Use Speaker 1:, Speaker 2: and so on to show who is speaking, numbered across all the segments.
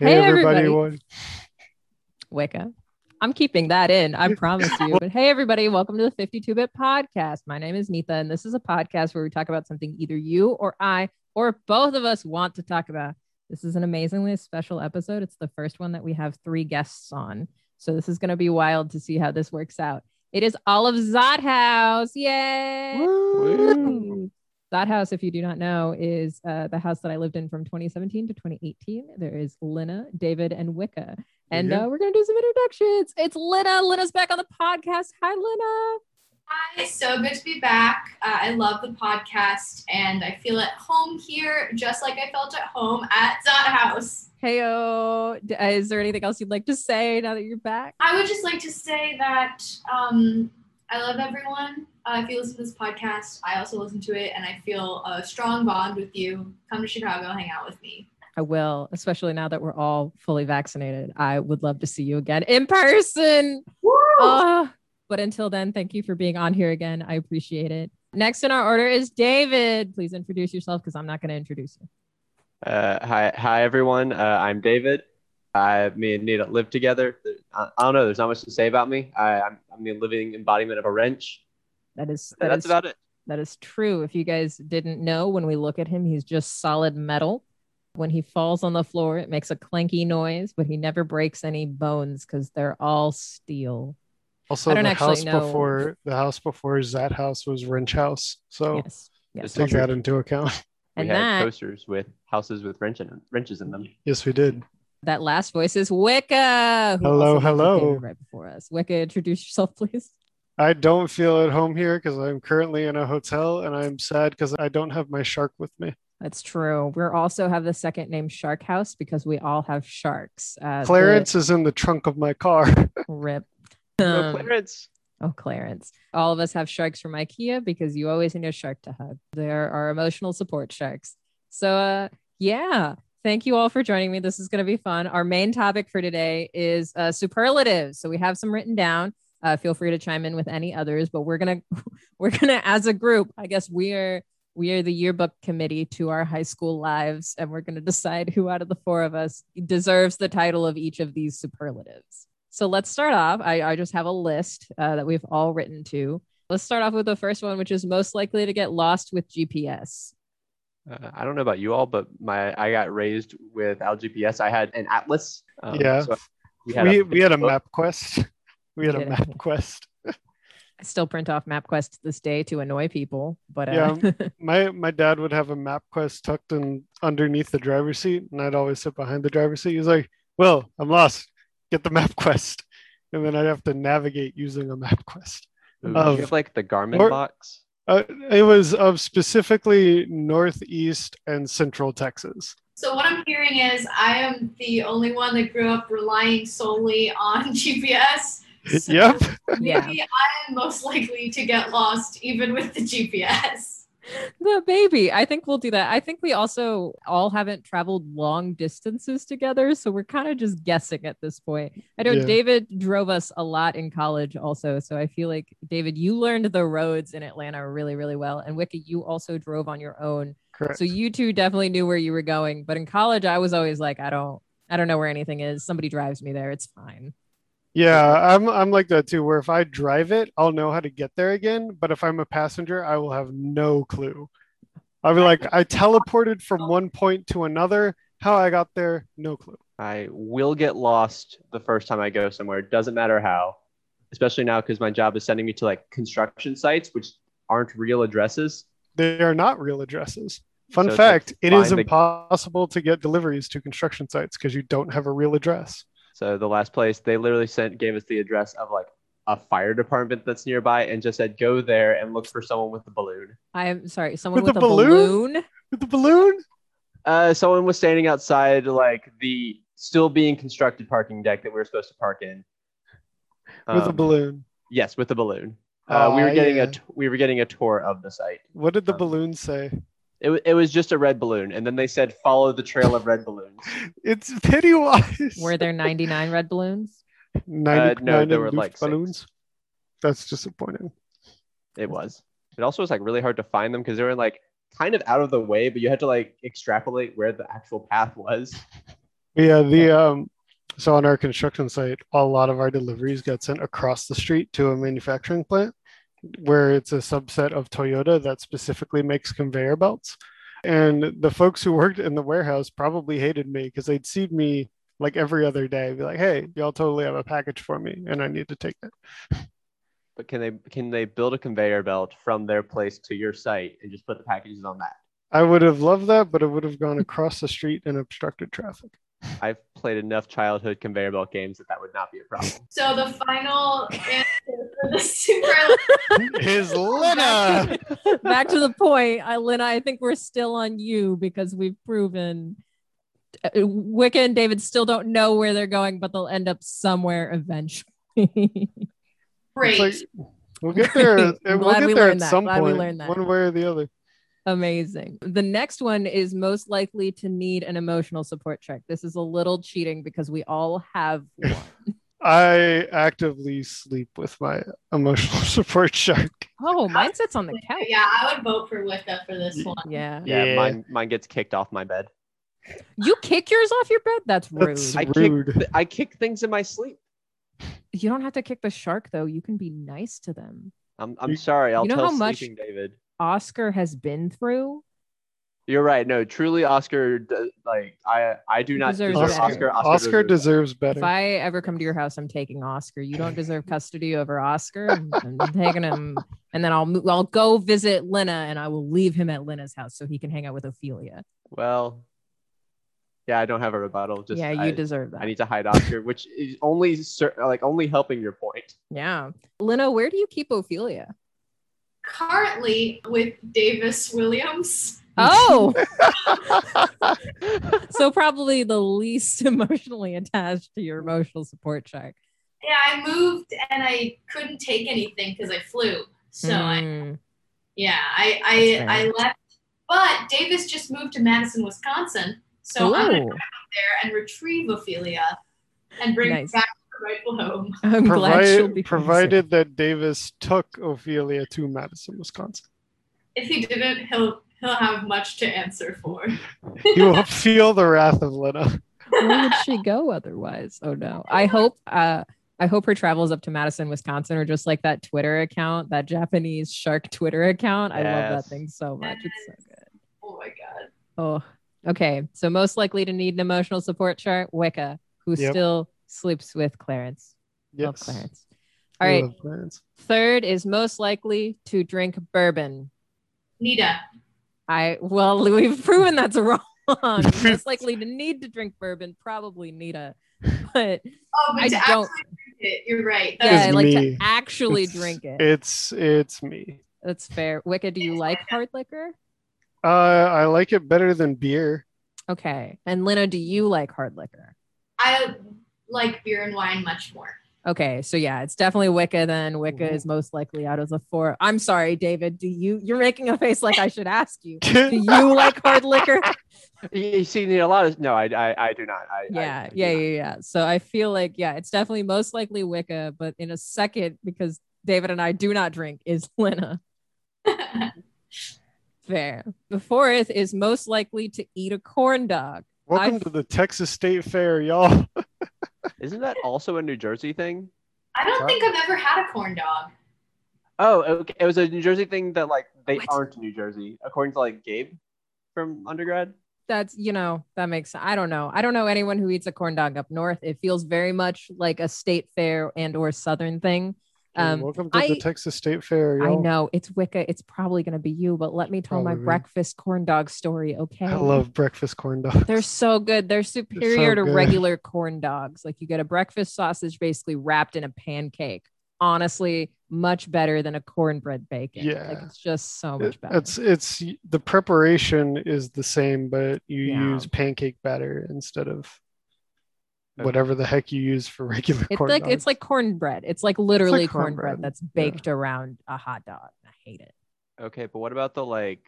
Speaker 1: Hey, everybody.
Speaker 2: everybody.
Speaker 1: Wicca. I'm keeping that in, I promise you. But hey, everybody, welcome to the 52 bit podcast. My name is Neetha, and this is a podcast where we talk about something either you or I or both of us want to talk about. This is an amazingly special episode. It's the first one that we have three guests on. So this is going to be wild to see how this works out. It is Olive Zothouse. Yay!
Speaker 2: Woo.
Speaker 1: That house, if you do not know, is uh, the house that I lived in from 2017 to 2018. There is Lina, David, and Wicca. And
Speaker 2: Yeah.
Speaker 1: uh, we're going to do some introductions. It's Lina. Lina's back on the podcast. Hi, Lina.
Speaker 3: Hi, so good to be back. Uh, I love the podcast, and I feel at home here, just like I felt at home at Zot House.
Speaker 1: Heyo. D- uh, is there anything else you'd like to say now that you're back?
Speaker 3: I would just like to say that um, I love everyone. Uh, if you listen to this podcast, I also listen to it, and I feel a strong bond with you. Come to Chicago, hang out with me.
Speaker 1: I will, especially now that we're all fully vaccinated. I would love to see you again in person.
Speaker 3: Woo!
Speaker 1: Ah, but until then, thank you for being on here again. I appreciate it. Next in our order is David. Please introduce yourself because I'm not going to introduce you.
Speaker 4: Uh, hi, hi everyone. Uh, I'm David. I, me and Nita live together. I, I don't know. There's not much to say about me. I, I'm, I'm the living embodiment of a wrench.
Speaker 1: That is
Speaker 4: That's
Speaker 1: is-
Speaker 4: about it.
Speaker 1: that is true. If you guys didn't know, when we look at him, he's just solid metal. When he falls on the floor, it makes a clanky noise, but he never breaks any bones because they're all steel.
Speaker 2: Also,
Speaker 1: I don't
Speaker 2: the
Speaker 1: actually
Speaker 2: house
Speaker 1: know.
Speaker 2: before the house before that house was wrench house. So
Speaker 1: Yes. Yes.
Speaker 4: Just
Speaker 2: take that into account.
Speaker 1: And
Speaker 4: we had
Speaker 1: that
Speaker 4: coasters with houses with wrench in, wrenches in them.
Speaker 2: Yes, we did.
Speaker 1: that last voice is Wicca. who
Speaker 2: Hello,
Speaker 1: also left the theater
Speaker 2: hello.
Speaker 1: Right before us. Wicca, introduce yourself, please.
Speaker 2: I don't feel at home here because I'm currently in a hotel and I'm sad because I don't have my shark with me.
Speaker 1: That's true. We also have the second name Shark House because we all have sharks. Uh, the-
Speaker 2: Clarence is in the trunk of my car.
Speaker 1: Rip.
Speaker 4: Oh,
Speaker 1: Um,
Speaker 4: Clarence.
Speaker 1: oh, Clarence. All of us have sharks from IKEA because you always need a shark to hug. There are emotional support sharks. So, uh, yeah. Thank you all for joining me. This is going to be fun. Our main topic for today is uh, superlatives. So we have some written down. Uh, feel free to chime in with any others, but we're gonna we're gonna as a group. I guess we are we are the yearbook committee to our high school lives, and we're gonna decide who out of the four of us deserves the title of each of these superlatives. So let's start off. I, I just have a list uh, that we've all written to. Let's start off with the first one, which is most likely to get lost with GPS.
Speaker 4: Uh, I don't know about you all, but my I got raised without GPS. I had an atlas. Um,
Speaker 2: Yeah.
Speaker 4: so we had
Speaker 2: we,
Speaker 4: a,
Speaker 2: we had a
Speaker 4: book.
Speaker 2: map quest. We had a
Speaker 1: Did it.
Speaker 2: map quest.
Speaker 1: I still print off MapQuest to this day to annoy people, but uh,
Speaker 2: Yeah. My my dad would have a map quest tucked in underneath the driver's seat, and I'd always sit behind the driver's seat. He's like, "Well, I'm lost. Get the map quest," and then I'd have to navigate using a map quest.
Speaker 4: Ooh, did
Speaker 2: of-
Speaker 4: you have like the Garmin
Speaker 2: Or-
Speaker 4: box.
Speaker 2: Uh, it was of specifically northeast and central Texas.
Speaker 3: So what I'm hearing is I am the only one that grew up relying solely on GPS. So
Speaker 2: Yep.
Speaker 1: yeah,
Speaker 3: Maybe I am most likely to get lost even with the GPS.
Speaker 1: the baby. I think we'll do that. I think we also all haven't traveled long distances together, so we're kind of just guessing at this point. I know
Speaker 2: Yeah.
Speaker 1: David drove us a lot in college, also, so I feel like David, you learned the roads in Atlanta really, really well, and Wicca, you also drove on your own,
Speaker 2: Correct.
Speaker 1: so you two definitely knew where you were going. But in college, I was always like, I don't, I don't know where anything is. Somebody drives me there. It's fine.
Speaker 2: Yeah, I'm I'm like that too. Where if I drive it, I'll know how to get there again. But if I'm a passenger, I will have no clue. I'll be like, I teleported from one point to another. How I got there, no clue.
Speaker 4: I will get lost the first time I go somewhere. It doesn't matter how, especially now because my job is sending me to like construction sites, which aren't real addresses.
Speaker 2: They are not real addresses. Fun
Speaker 4: So it's like
Speaker 2: fact: it is
Speaker 4: find the-
Speaker 2: impossible to get deliveries to construction sites because you don't have a real address.
Speaker 4: So the last place they literally sent gave us the address of like a fire department that's nearby and just said go there and look for someone with a balloon.
Speaker 1: I'm sorry, someone with,
Speaker 2: With
Speaker 1: a
Speaker 2: a balloon?
Speaker 1: balloon?
Speaker 2: With the balloon?
Speaker 4: Uh, someone was standing outside like the still being constructed parking deck that we were supposed to park in.
Speaker 2: With a
Speaker 4: Um,
Speaker 2: balloon.
Speaker 4: Yes, with a balloon. Uh, we
Speaker 2: Aw,
Speaker 4: were getting
Speaker 2: yeah.
Speaker 4: a t- we were getting a tour of the site.
Speaker 2: What did the
Speaker 4: um,
Speaker 2: balloon say?
Speaker 4: It, w- it was just a red balloon, and then they said follow the trail of red balloons.
Speaker 2: It's Pennywise.
Speaker 1: Were there 99 red balloons?
Speaker 2: 99
Speaker 4: uh, no, there
Speaker 2: and
Speaker 4: were,
Speaker 2: Luft
Speaker 4: like, six.
Speaker 2: balloons. That's disappointing.
Speaker 4: It was. It also was like really hard to find them because they were like kind of out of the way, but you had to like extrapolate where the actual path was.
Speaker 2: Yeah, the um, so on our construction site, a lot of our deliveries got sent across the street to a manufacturing plant where it's a subset of Toyota that specifically makes conveyor belts. And the folks who worked in the warehouse probably hated me because they'd see me like every other day, be like, "Hey, y'all totally have a package for me, and I need to take it."
Speaker 4: But can they can they build a conveyor belt from their place to your site and just put the packages on that?
Speaker 2: I would have loved that, but it would have gone across the street and obstructed traffic.
Speaker 4: I've played enough childhood conveyor belt games that that would not be a problem.
Speaker 3: So the final answer for the super
Speaker 2: Is Lena?
Speaker 1: Back to the point, I, Lena, I think we're still on you because we've proven uh, Wicca and David still don't know where they're going, but they'll end up somewhere eventually.
Speaker 2: It's
Speaker 3: great.
Speaker 2: like, we'll get there.
Speaker 1: Great. I'm
Speaker 2: We'll
Speaker 1: glad
Speaker 2: get
Speaker 1: we
Speaker 2: there at
Speaker 1: learned that.
Speaker 2: some
Speaker 1: Glad we
Speaker 2: point,
Speaker 1: learned that.
Speaker 2: one way or the other.
Speaker 1: Amazing. The next one is most likely to need an emotional support check. This is a little cheating because we all have one.
Speaker 2: I actively sleep with my emotional support shark.
Speaker 1: Oh, mine sits on the couch.
Speaker 3: yeah, I would vote for Wicca for this one.
Speaker 1: Yeah.
Speaker 4: Yeah,
Speaker 2: Yeah.
Speaker 4: mine mine gets kicked off my bed.
Speaker 1: You kick yours off your bed? That's rude.
Speaker 2: That's
Speaker 4: I
Speaker 2: rude.
Speaker 4: kick th- I kick things in my sleep.
Speaker 1: you don't have to kick the shark though. You can be nice to them.
Speaker 4: I'm I'm sorry. I'll
Speaker 1: know
Speaker 4: tell
Speaker 1: how much-
Speaker 4: sleeping David.
Speaker 1: Oscar has been through.
Speaker 4: You're right. No, truly, Oscar. d- Like I, I do not
Speaker 1: Deserves
Speaker 4: deserve
Speaker 1: better.
Speaker 2: Oscar,
Speaker 4: Oscar. Oscar,
Speaker 2: Oscar deserves better.
Speaker 1: If I ever come to your house, I'm taking Oscar. You don't deserve custody over Oscar. I'm, I'm taking him, and then I'll mo- I'll go visit Lena, and I will leave him at Lena's house so he can hang out with Ophelia.
Speaker 4: Well, yeah, I don't have a rebuttal. Just
Speaker 1: yeah, you
Speaker 4: I,
Speaker 1: deserve that.
Speaker 4: I need to hide Oscar, which is only cer- like only helping your point.
Speaker 1: yeah, Lena, where do you keep Ophelia?
Speaker 3: Currently with Davis Williams.
Speaker 1: Oh, so probably the least emotionally attached to your emotional support check.
Speaker 3: Yeah, I moved and I couldn't take anything because I flew. So I,
Speaker 1: Mm,
Speaker 3: yeah,
Speaker 1: That's
Speaker 3: I
Speaker 1: fair.
Speaker 3: I, I left. But Davis just moved to Madison, Wisconsin. So I'm gonna go
Speaker 1: ooh,
Speaker 3: there and retrieve Ophelia and bring
Speaker 1: Nice.
Speaker 3: her back to her rightful home.
Speaker 1: I'm glad she'll
Speaker 2: Provi-
Speaker 1: be safe.
Speaker 2: provided that Davis took Ophelia to Madison, Wisconsin.
Speaker 3: If he didn't, he'll he'll have much to answer for.
Speaker 2: You will feel the wrath of Lena.
Speaker 1: where would she go otherwise? Oh no. I hope uh I hope her travels up to Madison, Wisconsin, or just like that Twitter account, that Japanese shark Twitter account. I love that
Speaker 4: Yes.
Speaker 1: thing so much. It's so good.
Speaker 3: oh my god.
Speaker 1: Oh, okay. So most likely to need an emotional support chart, Wicca, who
Speaker 2: Yep.
Speaker 1: still sleeps with Clarence. Love
Speaker 2: Yes.
Speaker 1: Clarence.
Speaker 2: I
Speaker 1: All right.
Speaker 2: love Clarence.
Speaker 1: Third is most likely to drink bourbon.
Speaker 3: Nita.
Speaker 1: I well, we've proven that's wrong. most likely to need to drink bourbon, probably Nita. But
Speaker 3: Oh, but
Speaker 1: I
Speaker 3: to
Speaker 1: don't
Speaker 3: actually drink it, you're right.
Speaker 1: yeah,
Speaker 3: That
Speaker 1: I
Speaker 2: is
Speaker 3: is-
Speaker 1: like to
Speaker 2: me.
Speaker 1: actually
Speaker 2: It's-
Speaker 1: drink it.
Speaker 2: It's it's me.
Speaker 1: That's fair. Wicca, do you like hard liquor?
Speaker 2: Uh, I like it better than beer.
Speaker 1: Okay. And Lena, do you like hard liquor?
Speaker 3: I like beer and wine much more.
Speaker 1: Okay, so yeah, it's definitely Wicca. Then Wicca is most likely out of the four. I'm sorry, David. Do you? You're making a face like I should ask you. Do you like hard liquor?
Speaker 4: You, you see, need a lot of no. I, I, I do not. I, I- I
Speaker 1: Yeah,
Speaker 4: do
Speaker 1: yeah, yeah,
Speaker 4: not.
Speaker 1: yeah. So I feel like yeah, it's definitely most likely Wicca, but in a second because David and I do not drink is Lena. Fair. The fourth is most likely to eat a corn dog.
Speaker 2: Welcome
Speaker 1: I've-
Speaker 2: to the Texas State Fair, y'all.
Speaker 4: Isn't that also a New Jersey thing?
Speaker 3: I don't think I've ever had a corn dog.
Speaker 4: Oh, okay. It was a New Jersey thing that like they
Speaker 1: What?
Speaker 4: aren't New Jersey, according to like Gabe from undergrad.
Speaker 1: that's you know that makes i don't know i don't know anyone who eats a corn dog up north it feels very much like a state fair and or southern thing um
Speaker 2: Welcome to
Speaker 1: I-
Speaker 2: the Texas State Fair,
Speaker 1: i
Speaker 2: y'all.
Speaker 1: know it's wicca it's probably going to be you but let me tell my
Speaker 2: Probably.
Speaker 1: breakfast corn dog story okay
Speaker 2: I love breakfast corn dogs.
Speaker 1: they're so good they're superior to
Speaker 2: good.
Speaker 1: regular corn dogs like you get a breakfast sausage basically wrapped in a pancake honestly much better than a cornbread bacon like
Speaker 2: Yeah.
Speaker 1: it's just so
Speaker 2: It-
Speaker 1: much better
Speaker 2: it's it's the preparation is the same, but you
Speaker 1: Yeah.
Speaker 2: use pancake batter instead of
Speaker 4: Okay.
Speaker 2: whatever the heck you use for regular
Speaker 1: It's
Speaker 2: corn
Speaker 1: like
Speaker 2: dogs.
Speaker 1: it's like cornbread. It's like literally cornbread,
Speaker 2: cornbread,
Speaker 1: that's
Speaker 2: yeah.
Speaker 1: baked around a hot dog. I hate it.
Speaker 4: Okay, but what about the like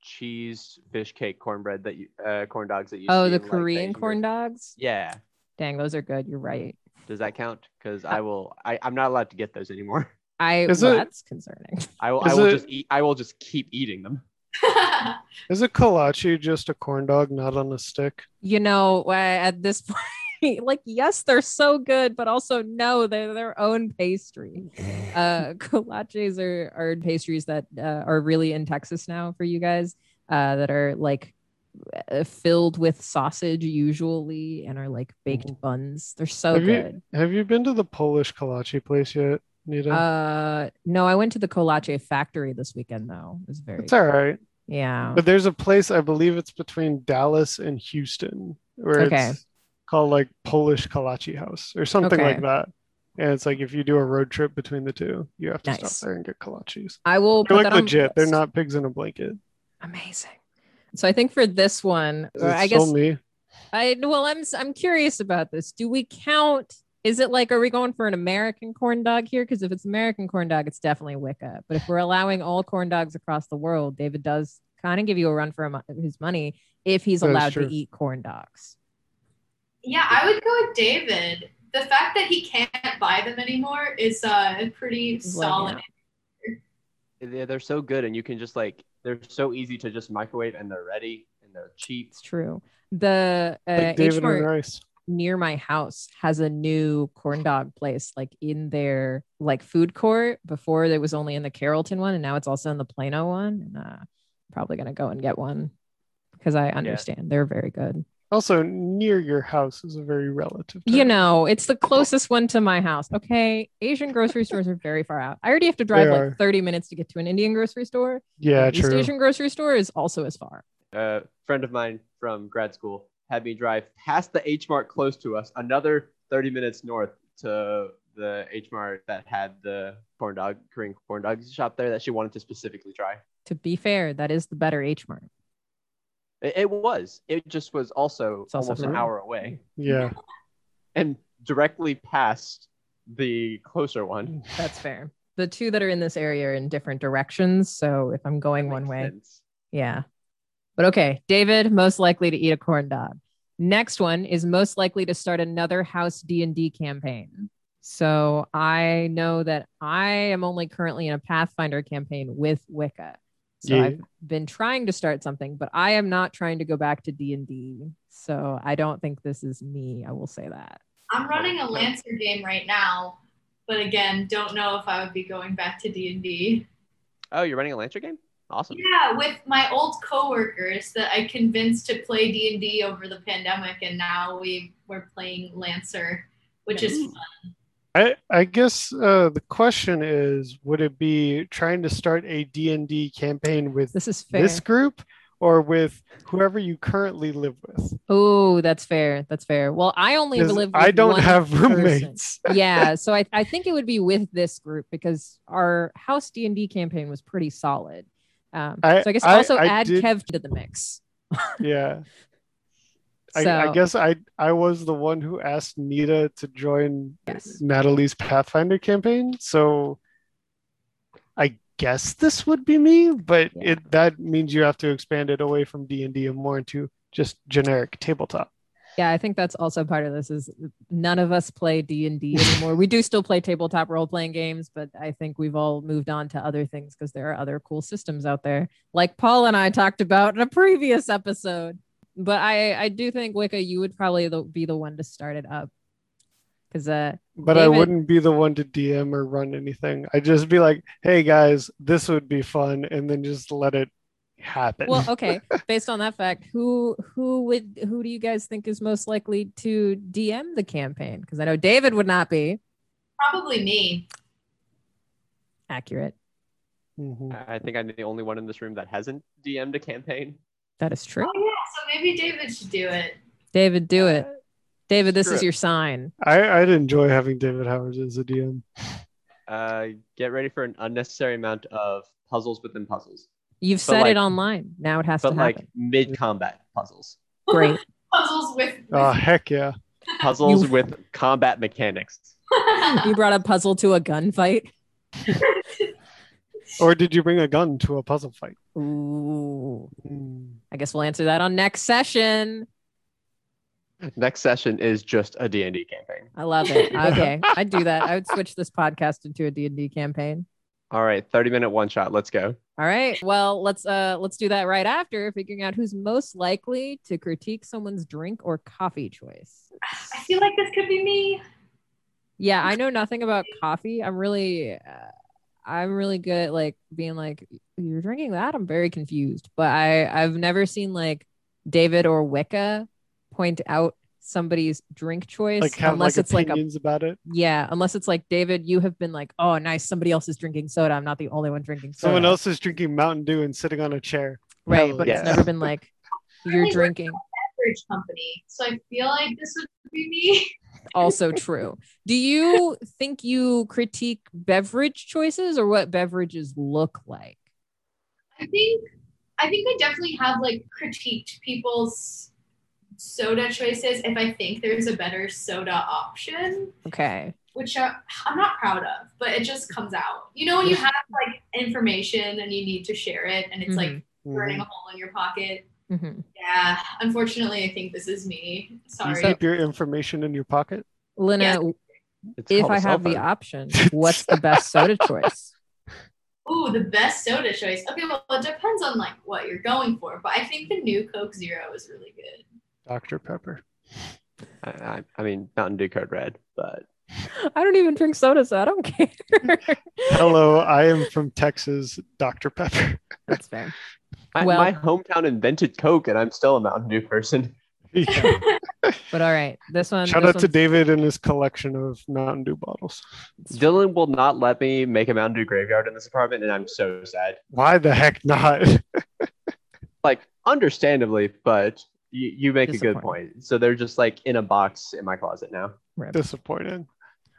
Speaker 4: cheese fish cake cornbread that you uh, corn dogs that you?
Speaker 1: Oh,
Speaker 4: see
Speaker 1: the
Speaker 4: in, like,
Speaker 1: Korean
Speaker 4: Asian
Speaker 1: corn
Speaker 4: grocery-
Speaker 1: dogs.
Speaker 4: Yeah.
Speaker 1: Dang, those are good. You're right.
Speaker 4: Does that count? Because I will. I, I'm not allowed to get those anymore.
Speaker 1: I
Speaker 2: Is
Speaker 1: well,
Speaker 2: it-
Speaker 1: that's concerning.
Speaker 4: I will.
Speaker 2: Is
Speaker 4: I will
Speaker 2: it-
Speaker 4: just eat. I will just keep eating them.
Speaker 2: Is a kolache just a corn dog not on a stick?
Speaker 1: You know, uh, at this point, like, yes, they're so good, but also no, they're their own pastry. Uh, kolaches are, are pastries that uh, are really in Texas now for you guys uh, that are like uh, filled with sausage usually and are like baked buns. They're so
Speaker 2: Mm. Have you-
Speaker 1: good.
Speaker 2: Have you been to the Polish kolache place yet, Nita?
Speaker 1: Uh, no, I went to the kolache factory this weekend though. It was very
Speaker 2: it's all right.
Speaker 1: yeah.
Speaker 2: But there's a place I believe it's between Dallas and Houston where
Speaker 1: Okay.
Speaker 2: it's called like Polish Kolache House or something
Speaker 1: Okay.
Speaker 2: like that. And it's like if you do a road trip between the two, you have to
Speaker 1: Nice.
Speaker 2: stop there and get kolaches.
Speaker 1: I will
Speaker 2: They're like
Speaker 1: put that on my
Speaker 2: legit. They're
Speaker 1: list.
Speaker 2: not pigs in a blanket.
Speaker 1: amazing. So I think for this one, or I
Speaker 2: It's
Speaker 1: guess
Speaker 2: still me.
Speaker 1: I well, I'm I'm curious about this. Do we count? Is it like are we going for an American corn dog here? Because if it's American corn dog, it's definitely Wicca. But if we're allowing all corn dogs across the world, David does kind of give you a run for a mo- his money if he's
Speaker 2: That is
Speaker 1: allowed to
Speaker 2: true.
Speaker 1: eat corn dogs.
Speaker 3: yeah, I would go with David. The fact that he can't buy them anymore is uh, pretty
Speaker 1: letting
Speaker 3: solid.
Speaker 1: out.
Speaker 4: They're, they're so good, and you can just like they're so easy to just microwave, and they're ready, and they're cheap.
Speaker 1: It's true. The uh,
Speaker 2: Like David
Speaker 1: H-Mart-
Speaker 2: and Rice.
Speaker 1: near my house has a new corn dog place like in their like food court before it was only in the carrollton one and now it's also in the plano one and uh, I'm probably gonna go and get one because i understand they're very good
Speaker 2: Also, near your house is a very relative.
Speaker 1: you
Speaker 2: term.
Speaker 1: know it's the closest one to my house okay asian grocery stores are very far out i already have to drive
Speaker 2: They
Speaker 1: like
Speaker 2: are.
Speaker 1: 30 minutes to get to an indian grocery store
Speaker 2: Yeah,
Speaker 1: An east
Speaker 2: true.
Speaker 1: asian grocery store is also as far
Speaker 4: a friend of mine from grad school had me drive past the H Mart close to us, another 30 minutes north to the H Mart that had the corn dog, Korean corn dog shop there that she wanted to specifically try.
Speaker 1: to be fair that is the better h mart
Speaker 4: It, it was. It just was also
Speaker 1: It's also
Speaker 4: almost an
Speaker 1: rural.
Speaker 4: hour away
Speaker 2: Yeah.
Speaker 1: Mm-hmm.
Speaker 4: and directly past the closer one.
Speaker 1: that's fair the two that are in this area are in different directions so if i'm going one
Speaker 4: Makes
Speaker 1: way
Speaker 4: sense.
Speaker 1: Yeah. But okay, David most likely to eat a corn dog. Next one is most likely to start another house D&D campaign. So I know that I am only currently in a Pathfinder campaign with Wicca. So
Speaker 2: Yeah.
Speaker 1: I've been trying to start something, but I am not trying to go back to D&D. So I don't think this is me, I will say that.
Speaker 3: I'm running a Lancer game right now, but again, don't know if I would be going back to D&D.
Speaker 4: Oh, you're running a Lancer game? Awesome.
Speaker 3: Yeah, with my old coworkers that I convinced to play D and D over the pandemic, and now we we're playing Lancer, which is fun.
Speaker 2: I, I guess uh, the question is would it be trying to start a D&D campaign with
Speaker 1: This is fair.
Speaker 2: this group or with whoever you currently live with?
Speaker 1: oh, that's fair. That's fair. Well, I only
Speaker 2: 'Cause
Speaker 1: live with
Speaker 2: I don't
Speaker 1: one
Speaker 2: have
Speaker 1: person.
Speaker 2: roommates.
Speaker 1: yeah so I, I think it would be with this group because our house d&d campaign was pretty solid um,
Speaker 2: I-
Speaker 1: so i guess
Speaker 2: I-
Speaker 1: also
Speaker 2: I
Speaker 1: add
Speaker 2: did-
Speaker 1: kev to the mix
Speaker 2: Yeah.
Speaker 1: so
Speaker 2: I, I guess I I was the one who asked Nita to join
Speaker 1: yes.
Speaker 2: Natalie's Pathfinder campaign, so I guess this would be me. But
Speaker 1: Yeah.
Speaker 2: it that means you have to expand it away from D and D and more into just generic tabletop.
Speaker 1: yeah i think that's also part of this is none of us play d&d anymore we do still play tabletop role-playing games but i think we've all moved on to other things because there are other cool systems out there like paul and i talked about in a previous episode but i i do think wicca you would probably the, be the one to start it up because uh
Speaker 2: But I
Speaker 1: David-
Speaker 2: wouldn't be the one to DM or run anything. I'd just be like, "Hey guys, this would be fun," and then just let it happen.
Speaker 1: well okay based on that fact who who would who do you guys think is most likely to dm the campaign because i know david would not be
Speaker 3: Probably me.
Speaker 1: accurate
Speaker 2: Mhm.
Speaker 4: I think I'm the only one in this room that hasn't DM'd a campaign.
Speaker 1: that is true
Speaker 3: Oh yeah, so maybe David should do it.
Speaker 1: david do
Speaker 4: Uh,
Speaker 1: it david this
Speaker 4: screw
Speaker 1: is
Speaker 4: it.
Speaker 1: your sign
Speaker 2: I I'd enjoy having David Howard as a DM.
Speaker 4: Uh, get ready for an unnecessary amount of puzzles within puzzles.
Speaker 1: you've
Speaker 4: But,
Speaker 1: said
Speaker 4: like-
Speaker 1: it online now it has to
Speaker 4: but like
Speaker 1: happen
Speaker 4: mid combat puzzles,
Speaker 1: great
Speaker 3: Puzzles with.
Speaker 2: Oh heck yeah!
Speaker 4: puzzles
Speaker 1: You-
Speaker 4: with combat mechanics.
Speaker 1: you brought a puzzle to a gunfight
Speaker 2: Or did you bring a gun to a puzzle fight?
Speaker 1: ooh i guess we'll answer that on next session
Speaker 4: Next session is just a D and D campaign.
Speaker 1: i love it okay i'd do that i would switch this podcast into a d&d campaign
Speaker 4: All right, 30 minute one shot. Let's go.
Speaker 1: All right. Well, let's uh let's do that right after figuring out who's most likely to critique someone's drink or coffee choice.
Speaker 3: I feel like this could be me.
Speaker 1: Yeah, I know nothing about coffee. I'm really uh, I'm really good at like being like you're drinking that. I'm very confused, but I I've never seen like David or Wicca point out somebody's drink choice
Speaker 2: Like have
Speaker 1: unless
Speaker 2: like
Speaker 1: it's like a
Speaker 2: opinions about it.
Speaker 1: yeah, unless it's like David, you have been like, oh, nice, somebody else is drinking soda. I'm not the only one drinking soda.
Speaker 2: Someone else is drinking Mountain Dew and sitting on a chair.
Speaker 1: right? But
Speaker 4: Yeah.
Speaker 1: it's never been like you're
Speaker 3: Really?
Speaker 1: drinking.
Speaker 3: Beverage company. So I feel like this would be me.
Speaker 1: Also true. Do you think you critique beverage choices or what beverages look like?
Speaker 3: I think I think I definitely have like critiqued people's soda choices if I think there's a better soda option,
Speaker 1: Okay.
Speaker 3: which I, I'm not proud of, but it just comes out. You know when you have like information and you need to share it and it's like
Speaker 2: Mm-hmm.
Speaker 3: burning a hole in your pocket.
Speaker 1: Mhm.
Speaker 3: Yeah, unfortunately, I think this is me.
Speaker 2: You
Speaker 3: Sorry.
Speaker 2: keep your information in your pocket.
Speaker 1: Lena,
Speaker 3: Yes.
Speaker 1: w-
Speaker 4: It's
Speaker 1: if
Speaker 4: called a
Speaker 1: I
Speaker 4: cell
Speaker 1: have the
Speaker 4: phone.
Speaker 1: option, what's the best soda choice?
Speaker 3: Ooh, the best soda choice. Okay, well, it depends on like what you're going for, but I think the new Coke Zero is really good.
Speaker 2: Dr. Pepper.
Speaker 4: I, I, I mean, Mountain Dew Code Red, but
Speaker 1: I don't even drink soda, so I don't care.
Speaker 2: Hello, I am from Texas, Dr. Pepper.
Speaker 1: That's fair.
Speaker 4: my,
Speaker 1: Well-
Speaker 4: my hometown invented Coke, and I'm still a Mountain Dew person.
Speaker 2: Yeah.
Speaker 1: But all right, this one.
Speaker 2: Shout
Speaker 1: this
Speaker 2: out to
Speaker 1: one's-
Speaker 2: David and his collection of Mountain Dew bottles.
Speaker 4: Dylan will not let me make a Mountain Dew graveyard in this apartment, and I'm so sad.
Speaker 2: Why the heck not?
Speaker 4: Like, understandably, but you, you make a good
Speaker 1: Disappointing.
Speaker 4: point. So they're just like in a box in my closet now.
Speaker 1: Rip.
Speaker 2: Disappointing.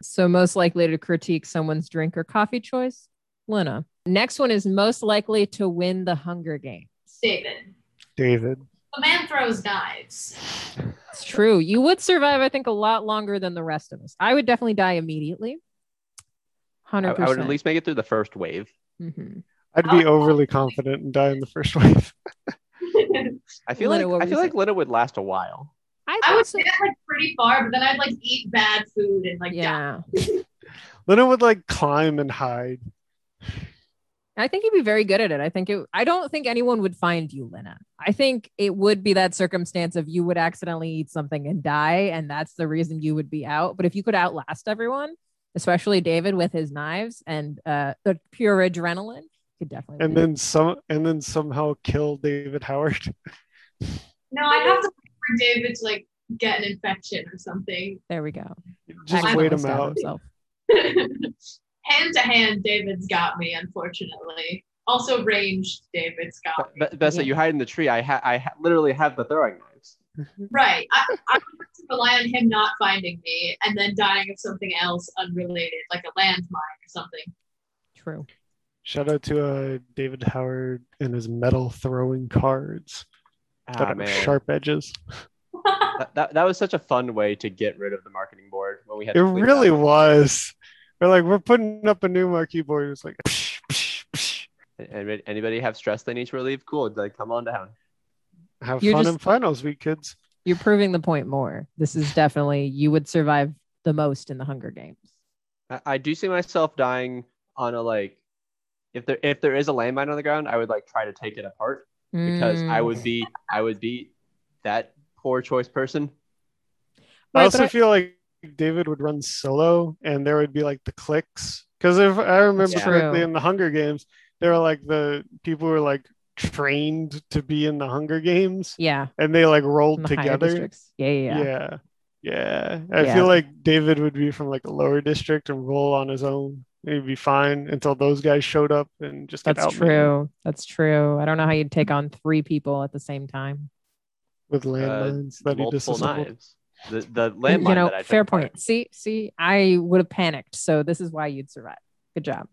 Speaker 1: So most likely to critique someone's drink or coffee choice, Lena. Next one is most likely to win the Hunger Games.
Speaker 3: David,
Speaker 2: David.
Speaker 3: the man throws knives.
Speaker 1: It's true. You would survive, I think, a lot longer than the rest of us. I would definitely die immediately.
Speaker 4: I,
Speaker 1: Hundred
Speaker 4: I
Speaker 1: percent.
Speaker 4: would at least make it through the first wave.
Speaker 1: Mhm.
Speaker 2: I'd be overly confident and die in the first wave.
Speaker 4: I feel
Speaker 1: Lena, what
Speaker 4: like
Speaker 1: were
Speaker 4: I
Speaker 1: you
Speaker 4: feel like
Speaker 1: saying?
Speaker 4: Lena would last a while.
Speaker 1: I,
Speaker 3: I
Speaker 1: think
Speaker 3: would
Speaker 1: so.
Speaker 3: say that like pretty far, but then I'd like eat bad food and like die.
Speaker 1: Yeah,
Speaker 2: Lena would like climb and hide.
Speaker 1: I think you'd be very good at it. I think it. I don't think anyone would find you, Lena. I think it would be that circumstance of you would accidentally eat something and die, and that's the reason you would be out. But if you could outlast everyone, especially David with his knives and uh, the pure adrenaline, you could definitely.
Speaker 2: And
Speaker 1: win.
Speaker 2: then some and then somehow kill David Howard.
Speaker 3: No, I'd have to wait for David to like get an infection or something.
Speaker 1: there we go.
Speaker 2: Just
Speaker 1: Accidentally
Speaker 2: wait him
Speaker 1: stab
Speaker 2: out.
Speaker 1: himself.
Speaker 3: hand to hand, David's got me, unfortunately. Also, ranged, David's got me.
Speaker 4: Be- Bessa,
Speaker 1: Yeah.
Speaker 4: you hide in the tree. I ha- I ha- literally have the throwing knives.
Speaker 3: Right. I, I would have to rely on him not finding me and then dying of something else unrelated, like a landmine or something.
Speaker 1: True.
Speaker 2: Shout out to uh, David Howard and his metal throwing cards that
Speaker 4: Ah,
Speaker 2: have
Speaker 4: man.
Speaker 2: sharp edges.
Speaker 4: That, that, that was such a fun way to get rid of the marketing board when we had.
Speaker 2: It
Speaker 4: to clean
Speaker 2: really
Speaker 4: up.
Speaker 2: was. We're like, we're putting up a new marquee board. It's like, psh, psh, psh.
Speaker 4: And anybody have stress they need to relieve? Cool. Like, come on down.
Speaker 2: have
Speaker 1: You're
Speaker 2: fun
Speaker 1: just-
Speaker 2: in finals week, kids.
Speaker 1: You're proving the point more. This is definitely you would survive the most in the Hunger Games.
Speaker 4: I, I do see myself dying on a like, if there if there is a landmine on the ground, I would like try to take it apart because I
Speaker 1: Mm.
Speaker 4: would be I would be that poor choice person.
Speaker 1: Right,
Speaker 2: I also
Speaker 1: but I-
Speaker 2: feel like David would run solo, and there would be like the clicks. Because if I remember
Speaker 4: That's
Speaker 2: correctly,
Speaker 1: true.
Speaker 2: in the Hunger Games, there were like the people who were like trained to be in the Hunger Games,
Speaker 1: Yeah.
Speaker 2: and they like rolled
Speaker 1: from the higher
Speaker 2: together.
Speaker 1: districts. Yeah, yeah, yeah.
Speaker 2: yeah, yeah. I
Speaker 1: Yeah.
Speaker 2: feel like David would be from like a lower district and roll on his own. He'd be fine until those guys showed up and just got
Speaker 1: That's
Speaker 2: out
Speaker 1: true. That's true. I don't know how you'd take on three people at the same time.
Speaker 2: with
Speaker 4: Uh,
Speaker 2: landmines that he
Speaker 4: multiple
Speaker 2: disassembled.
Speaker 4: knives. The the
Speaker 1: You
Speaker 4: landmine.
Speaker 1: know,
Speaker 4: that I took
Speaker 1: fair
Speaker 4: apart.
Speaker 1: point. See, see, I would have panicked. So this is why you'd survive. Good job.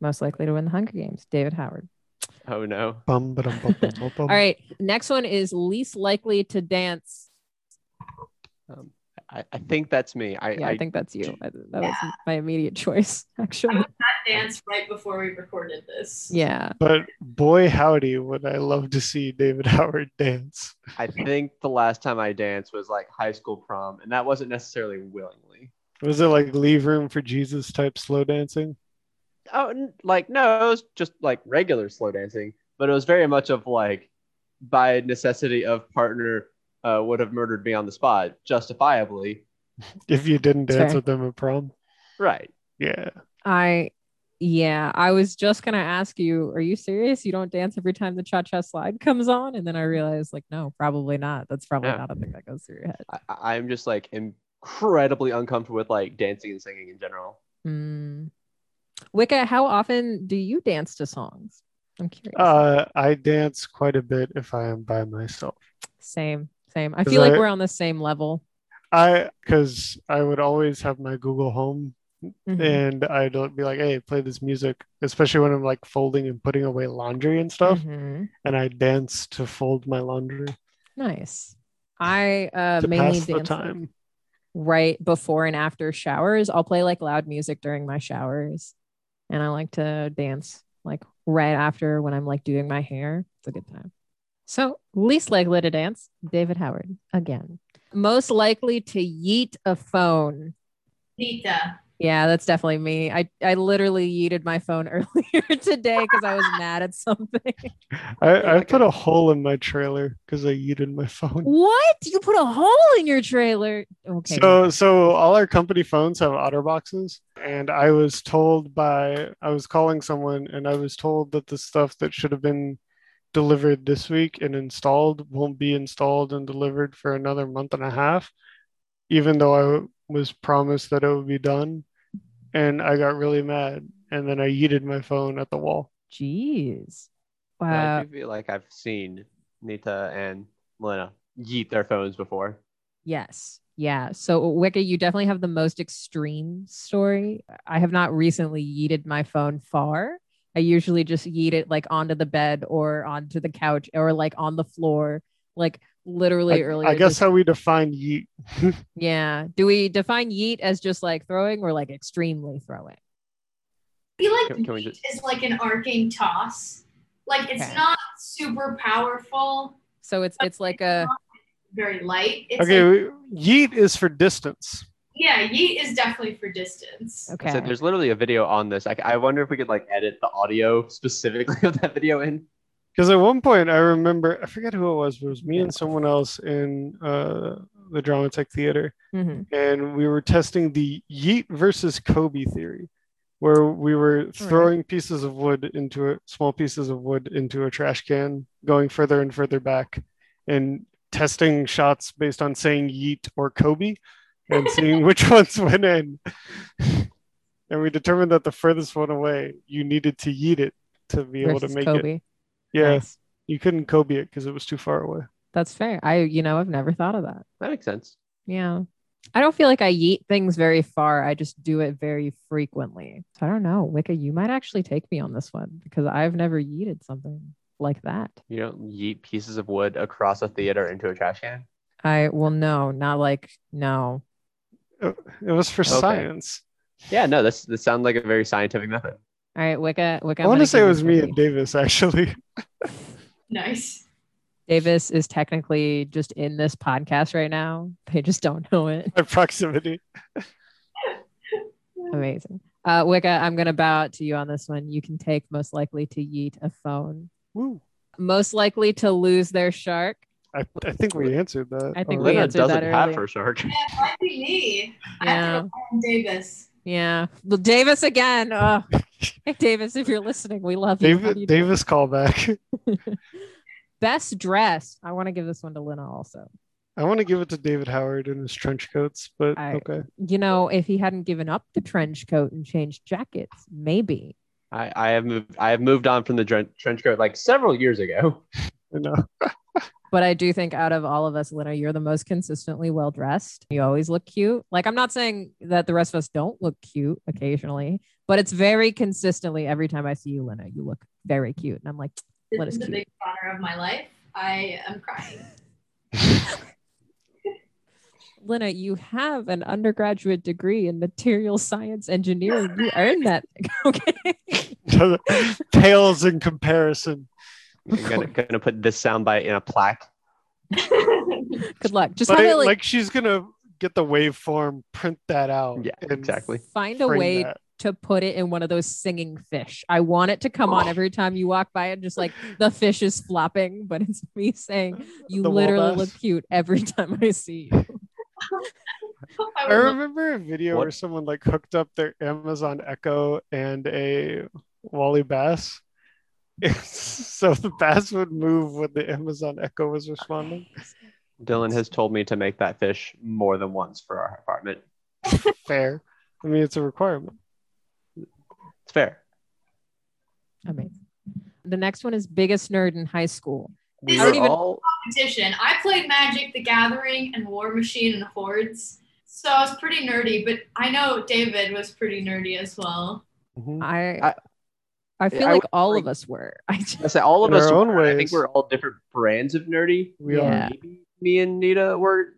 Speaker 1: Most likely to win the Hunger Games, David Howard.
Speaker 4: Oh no.
Speaker 2: Bum, ba-dum, bum, bum, bum,
Speaker 4: Um,
Speaker 2: bum.
Speaker 1: All right. Next one is least likely to dance.
Speaker 4: Um, I, I think that's me. I,
Speaker 1: Yeah,
Speaker 4: I,
Speaker 1: I think that's you. I- That was my immediate choice, actually.
Speaker 3: I danced right before we recorded this.
Speaker 1: Yeah.
Speaker 2: But boy, howdy, would I love to see David Howard dance.
Speaker 4: I think the last time I danced was like high school prom, and that wasn't necessarily willingly.
Speaker 2: Was it like Leave Room for Jesus type slow dancing?
Speaker 4: oh, n- like no, it was just like regular slow dancing, but it was very much of like by necessity of partner uh, would have murdered me on the spot, justifiably.
Speaker 2: if you didn't
Speaker 1: That's
Speaker 2: dance
Speaker 1: fair.
Speaker 2: with them at prom.
Speaker 4: Right.
Speaker 2: Yeah.
Speaker 1: I yeah, I was just gonna ask you, are you serious? You don't dance every time the cha cha slide comes on? And then I realized like, no, probably not. That's probably
Speaker 4: Yeah.
Speaker 1: not a thing that goes through your head.
Speaker 4: I- I- I'm just like incredibly uncomfortable with like dancing and singing in general.
Speaker 1: Mm. Wicca, how often do you dance to songs? I'm curious.
Speaker 2: Uh, I dance quite a bit if I am by myself.
Speaker 1: same, same. I
Speaker 2: 'cause
Speaker 1: feel like
Speaker 2: I-
Speaker 1: we're on the same level.
Speaker 2: I because I would always have my Google Home
Speaker 1: Mhm.
Speaker 2: and I'd be like, hey, play this music, especially when I'm like folding and putting away laundry and stuff.
Speaker 1: Mhm.
Speaker 2: And I dance to fold my laundry
Speaker 1: Nice. I uh,
Speaker 2: to
Speaker 1: mainly
Speaker 2: pass
Speaker 1: dance
Speaker 2: the
Speaker 1: like,
Speaker 2: time.
Speaker 1: right before and after showers. I'll play like loud music during my showers. And I like to dance like right after when I'm like doing my hair. It's a good time. So, least likely to dance, David Howard again. Most likely to yeet a phone.
Speaker 3: Nita.
Speaker 1: Yeah, that's definitely me. I, I literally yeeted my phone earlier today because I was mad at something.
Speaker 2: I, I put a hole in my trailer because I yeeted my phone.
Speaker 1: What? You put a hole in your trailer. Okay.
Speaker 2: So so all our company phones have otter boxes and I was told by I was calling someone and I was told that the stuff that should have been delivered this week and installed won't be installed and delivered for another month and a half even though I was promised that it would be done and I got really mad and then I yeeted my phone at the wall.
Speaker 1: jeez.
Speaker 4: I
Speaker 1: Wow.
Speaker 4: do feel like I've seen Nita and Lena yeet their phones before.
Speaker 1: Yes. Yeah. So uh, Wicca, you definitely have the most extreme story. I have not recently yeeted my phone far. I usually just yeet it like onto the bed or onto the couch or like on the floor, like literally
Speaker 2: I,
Speaker 1: earlier.
Speaker 2: I guess
Speaker 1: this-
Speaker 2: how we define yeet.
Speaker 1: yeah. Do we define yeet as just like throwing or like extremely throwing?
Speaker 3: I feel like
Speaker 4: Can- can we
Speaker 3: meat
Speaker 4: just-
Speaker 3: is like an arcing toss. Like it's
Speaker 1: Okay.
Speaker 3: not super powerful,
Speaker 1: So it's it's like a
Speaker 3: very light. It's
Speaker 2: Okay,
Speaker 3: like-
Speaker 2: we- yeet is for distance.
Speaker 3: yeah, yeet is definitely for distance.
Speaker 4: I said,
Speaker 1: okay.
Speaker 4: there's literally a video on this. I, I wonder if we could like edit the audio specifically of that video in.
Speaker 2: Because at one point, I remember, I forget who it was, but it was me and someone else in uh, the Dramatech Theater.
Speaker 1: Mhm.
Speaker 2: And we were testing the Yeet versus Kobe theory, where we were throwing pieces of wood into a, small pieces of wood into a trash can, going further and further back, and testing shots based on saying Yeet or Kobe and seeing which ones went in. and we determined that the furthest one away, you needed to Yeet it to be able to
Speaker 1: Versus
Speaker 2: make it.
Speaker 1: Kobe.
Speaker 2: Yeah
Speaker 1: Nice.
Speaker 2: you couldn't Kobe it because it was too far away.
Speaker 1: That's fair. I you know, I've never thought of that.
Speaker 4: That makes sense.
Speaker 1: Yeah. I don't feel like I yeet things very far. I just do it very frequently. So I don't know. Wicca, you might actually take me on this one because I've never yeeted something like that.
Speaker 4: You don't yeet pieces of wood across a theater into a trash can.
Speaker 1: I well no, not like no.
Speaker 2: It was for
Speaker 4: Okay.
Speaker 2: science.
Speaker 4: Yeah, no, this this sounds like a very scientific method.
Speaker 1: All right, Wicca, Wicca.
Speaker 2: I want to say it was me and Davis actually.
Speaker 3: Nice.
Speaker 1: Davis is technically just in this podcast right now. They just don't know it.
Speaker 2: By proximity.
Speaker 1: Amazing. Uh Wicca, I'm gonna bow out to you on this one. You can take most likely to yeet a phone.
Speaker 2: Woo.
Speaker 1: Most likely to lose their shark.
Speaker 2: I, I think we answered that.
Speaker 1: I think
Speaker 2: already.
Speaker 1: we
Speaker 4: Lena
Speaker 1: answered
Speaker 4: doesn't
Speaker 1: that
Speaker 4: have
Speaker 1: earlier.
Speaker 4: her shark.
Speaker 3: Yeah, it might be me. I
Speaker 1: Yeah.
Speaker 3: have to go Brian Davis.
Speaker 1: Yeah. Well, Davis again. Oh. hey, Davis, if you're listening, we love you. How do
Speaker 2: Davis,
Speaker 1: you do?
Speaker 2: Davis callback.
Speaker 1: Best dressed. I want to give this one to Lena also.
Speaker 2: I want to give it to David Howard in his trench coats, but
Speaker 1: I-
Speaker 2: okay.
Speaker 1: You know, if he hadn't given up the trench coat and changed jackets, maybe.
Speaker 4: I, I have moved I have moved on from the dren- trench coat like several years ago.
Speaker 2: I know.
Speaker 1: But I do think out of all of us, Lena, you're the most consistently well dressed. You always look cute. Like, I'm not saying that the rest of us don't look cute occasionally, but it's very consistently every time I see you, Lena, you look very cute. And I'm like,
Speaker 3: This
Speaker 1: What is
Speaker 3: is the
Speaker 1: cute?
Speaker 3: biggest honor of my life. I am crying.
Speaker 1: Lena, you have an undergraduate degree in material science engineering. You earned that. Okay.
Speaker 2: Pales in comparison.
Speaker 4: I'm gonna, gonna put this soundbite in a plaque.
Speaker 1: Good luck. Just
Speaker 2: Like,
Speaker 1: have it like,
Speaker 2: like she's gonna get the waveform, print that out,
Speaker 4: Yeah,
Speaker 2: and
Speaker 4: exactly.
Speaker 1: find a
Speaker 2: frame
Speaker 1: way
Speaker 2: that.
Speaker 1: to put it in one of those singing fish. I want it to come on every time you walk by and just like the fish is flopping, but it's me saying you
Speaker 2: The
Speaker 1: literally
Speaker 2: wallbass.
Speaker 1: look cute every time I see you.
Speaker 3: I
Speaker 2: I
Speaker 4: Erm,
Speaker 3: would love-
Speaker 2: remember a video
Speaker 4: What?
Speaker 2: where someone like hooked up their Amazon Echo and a Wally Bass. so the bass would move when the Amazon Echo was responding.
Speaker 4: Dylan has told me to make that fish more than once for our apartment.
Speaker 2: Fair. I mean, it's a requirement.
Speaker 4: It's fair.
Speaker 1: Amazing. The next one is biggest nerd in high school.
Speaker 4: We
Speaker 1: I
Speaker 4: were
Speaker 1: don't even-
Speaker 4: all
Speaker 3: competition. I played Magic, The Gathering, and War Machine and Hordes. So I was pretty nerdy, but I know David was pretty nerdy as well.
Speaker 4: Mm-hmm.
Speaker 1: I I,
Speaker 4: I-
Speaker 1: feel
Speaker 4: I
Speaker 1: like
Speaker 4: would
Speaker 1: all
Speaker 4: agree.
Speaker 1: of us were. I just,
Speaker 4: I say all of
Speaker 2: In
Speaker 4: us.
Speaker 2: our own
Speaker 4: were, I think
Speaker 2: ways.
Speaker 4: we're all different brands of nerdy.
Speaker 2: We
Speaker 1: Yeah.
Speaker 2: are.
Speaker 4: Maybe me and Nita were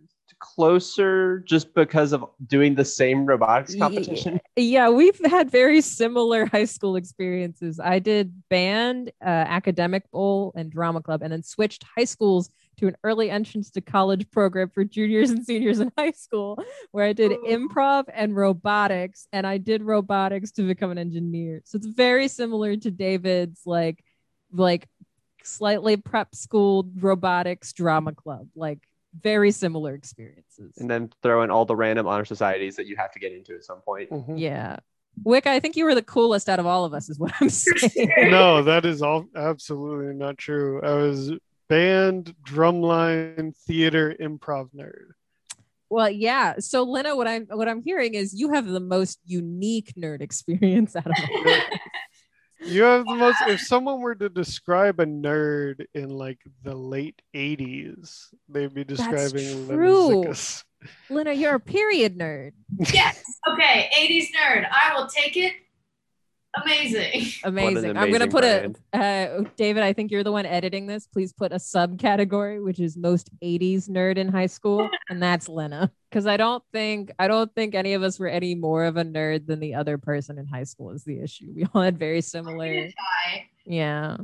Speaker 4: closer just because of doing the same robotics
Speaker 1: Ye-
Speaker 4: competition.
Speaker 1: yeah, we've had very similar high school experiences. I did band, uh, academic bowl, and drama club, and then switched high schools to an early entrance to college program for juniors and seniors in high school, where I did
Speaker 3: Ooh.
Speaker 1: improv and robotics, and I did robotics to become an engineer. So it's very similar to David's like, like slightly prep school robotics drama club, like very similar experiences.
Speaker 4: And then throw in all the random honor societies that you have to get into at some point.
Speaker 2: Mhm.
Speaker 1: Yeah. Wick, I think you were the coolest out of all of us, is what I'm saying.
Speaker 2: No, that is all absolutely not true. I was band, drumline, theater, improv nerd.
Speaker 1: well, yeah. So Lena, what I'm what I'm hearing is you have the most unique nerd experience out of all. of us.
Speaker 2: You have the most. If someone were to describe a nerd in like the late '80s, they'd be describing
Speaker 1: true.
Speaker 2: Lemon Zickus.
Speaker 1: Lena, you're a period nerd.
Speaker 3: yes. Okay. 80s nerd. I will take it. Amazing.
Speaker 1: Amazing. I'm gonna
Speaker 4: amazing
Speaker 1: put a uh, David. I think you're the one editing this. Please put a subcategory, which is most '80s nerd in high school, and that's Lena. Because I don't think I don't think any of us were any more of a nerd than the other person in high school. Is the issue? We all had very similar.
Speaker 3: Bye.
Speaker 1: Yeah.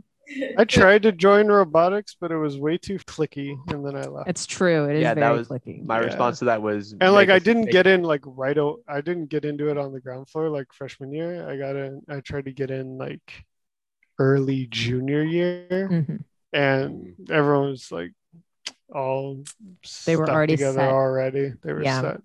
Speaker 2: I tried to join robotics, but it was way too clicky, and then I left.
Speaker 1: It's true. It is
Speaker 4: Yeah, that
Speaker 1: very
Speaker 4: was
Speaker 1: clicky.
Speaker 4: My
Speaker 2: Yeah.
Speaker 4: response to that was
Speaker 2: and like
Speaker 4: make
Speaker 2: I
Speaker 4: us-
Speaker 2: didn't
Speaker 4: make-
Speaker 2: get in like right. O- I didn't get into it on the ground floor like freshman year. I got in. I tried to get in like early junior year,
Speaker 1: Mhm.
Speaker 2: and everyone was like all
Speaker 1: They were
Speaker 2: stuck
Speaker 1: already
Speaker 2: together
Speaker 1: set.
Speaker 2: already. They were
Speaker 1: Yeah.
Speaker 2: set.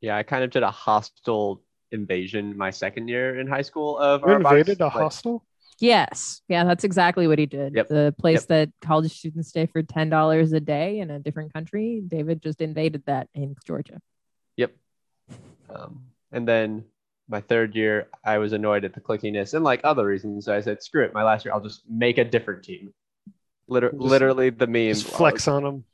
Speaker 4: Yeah, I kind of did a hostile invasion my second year in high school of
Speaker 2: You
Speaker 4: our box,
Speaker 2: invaded a
Speaker 4: like,
Speaker 2: hostel.
Speaker 1: Yes. Yeah, that's exactly what he did.
Speaker 4: Yep.
Speaker 1: The place that college students stay for $10 a day in a different country, David just invaded that in Georgia.
Speaker 4: Yep. Um, and then my third year, I was annoyed at the clickiness and like other reasons. So I said, screw it. My last year, I'll just make a different team. Liter-
Speaker 2: Just-
Speaker 4: literally the meme.
Speaker 2: Just flex on them.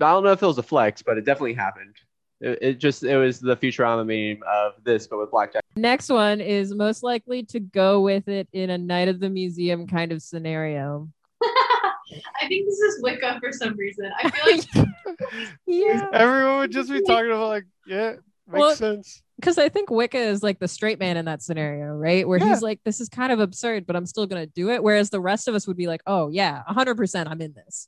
Speaker 4: I don't know if it was a flex, but it definitely happened. It, it just it was the Futurama meme of this, but with blackjack.
Speaker 1: Next one is most likely to go with it in a night of the museum kind of scenario.
Speaker 3: I think this is Wicca for some reason. I feel like
Speaker 1: Yeah.
Speaker 2: Everyone would just be talking about like, yeah, makes
Speaker 1: Well-
Speaker 2: sense.
Speaker 1: Because I think Wicca is like the straight man in that scenario, right? Where
Speaker 2: Yeah.
Speaker 1: he's like, this is kind of absurd, but I'm still going to do it. Whereas the rest of us would be like, oh, yeah, 100% I'm in this.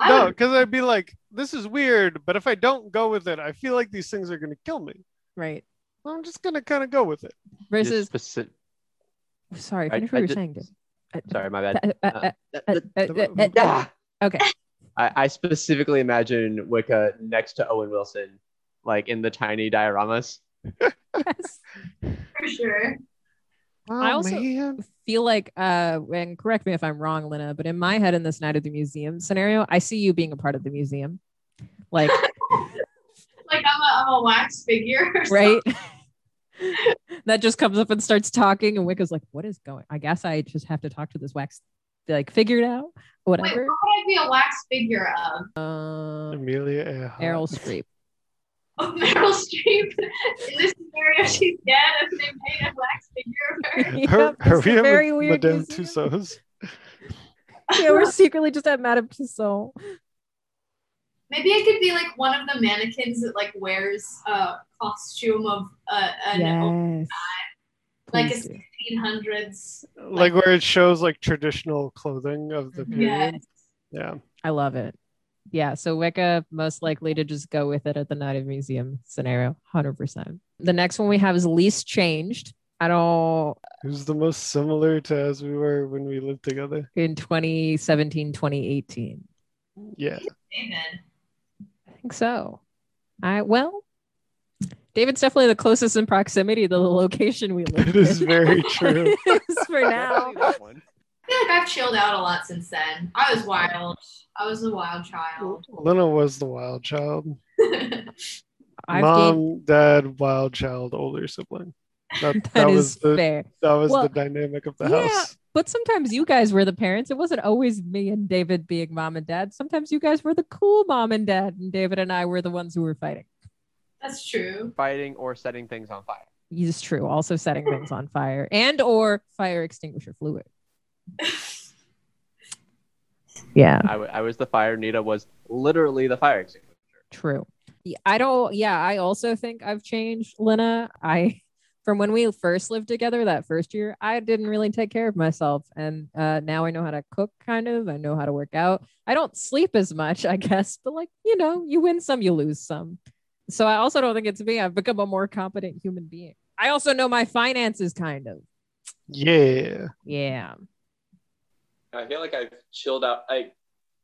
Speaker 3: I
Speaker 2: No,
Speaker 3: would-
Speaker 2: because I'd be like, this is weird, but if I don't go with it, I feel like these things are gonna kill me.
Speaker 1: Right.
Speaker 2: So I'm just gonna kind of go with it.
Speaker 1: Versus,
Speaker 4: Speci-
Speaker 1: sorry,
Speaker 4: I-
Speaker 1: finish what
Speaker 4: I
Speaker 1: you were
Speaker 4: did-
Speaker 1: saying, Dave. I-
Speaker 4: Sorry, my bad.
Speaker 1: Uh, uh, uh, uh, uh, uh,
Speaker 4: Ah!
Speaker 1: Okay.
Speaker 4: I, I specifically imagine Wicca next to Owen Wilson, like in the tiny dioramas.
Speaker 1: Yes.
Speaker 3: for sure.
Speaker 2: Oh,
Speaker 1: I also-
Speaker 2: man.
Speaker 1: Feel like, uh, and correct me if I'm wrong, Lena, but in my head, in this night of the museum scenario, I see you being a part of the museum, like
Speaker 3: Like I'm a, I'm a wax figure. or
Speaker 1: right. that just comes up and starts talking, and Wicca's like, "What is going? I guess I just have to talk to this wax, like figured out,
Speaker 3: something. Wait,
Speaker 1: whatever."
Speaker 3: what would I be a wax figure of?
Speaker 1: Um,
Speaker 2: Amelia Earhart.
Speaker 1: Errol Streep.
Speaker 3: Oh, Meryl Streep. In this scenario, she's dead and they made a wax figure of her.
Speaker 1: Yep,
Speaker 2: Her, are
Speaker 1: it's
Speaker 2: we
Speaker 1: a
Speaker 2: at
Speaker 1: very weird
Speaker 2: Madame
Speaker 1: museum.
Speaker 2: Tussauds?
Speaker 1: Yeah, we're secretly just at Madame Tussauds.
Speaker 3: Maybe I could be like one of the mannequins that like wears a costume of uh, an old
Speaker 1: Yes.
Speaker 3: Like
Speaker 1: Please
Speaker 3: a-
Speaker 1: do.
Speaker 3: 1800s.
Speaker 2: Like where it shows like traditional clothing of the
Speaker 1: Mhm.
Speaker 2: period.
Speaker 3: Yes.
Speaker 2: Yeah.
Speaker 1: I love it. Yeah. So Wicca most likely to just go with it at the night of museum scenario, 100%. The next one we have is least changed. I don't
Speaker 2: Who's the most similar to as we were when we lived together?
Speaker 1: in 2017, 2018.
Speaker 2: Yeah.
Speaker 3: David.
Speaker 1: I think so. I well, David's definitely the closest in proximity to the location we live
Speaker 2: It is
Speaker 1: in.
Speaker 2: very true.
Speaker 1: Is for now.
Speaker 5: That one.
Speaker 3: I feel like I've chilled out a lot since then. I was wild. I was a wild child.
Speaker 2: Lena was the wild child.
Speaker 1: I've
Speaker 2: Mom,
Speaker 1: gained-
Speaker 2: dad, wild child, older sibling. That, that,
Speaker 1: that
Speaker 2: was
Speaker 1: is
Speaker 2: the
Speaker 1: fair.
Speaker 2: that was
Speaker 1: Well,
Speaker 2: the dynamic of the
Speaker 1: yeah.
Speaker 2: house.
Speaker 1: But sometimes you guys were the parents. It wasn't always me and David being mom and dad. Sometimes you guys were the cool mom and dad, and David and I were the ones who were fighting.
Speaker 3: That's true.
Speaker 5: Fighting or setting things on fire.
Speaker 1: Is true. Also setting things on fire and or fire extinguisher fluid. Yeah.
Speaker 5: I wa- I was the fire. Nita was literally the fire extinguisher.
Speaker 1: True. Yeah, I don't. Yeah, I also think I've changed, Lena. I from when we first lived together that first year, I didn't really take care of myself, and uh, now I know how to cook. Kind of, I know how to work out. I don't sleep as much, I guess, but like you know, you win some, you lose some. So I also don't think it's me. I've become a more competent human being. I also know my finances, kind of.
Speaker 2: Yeah.
Speaker 1: Yeah.
Speaker 4: I feel like I've chilled out. I,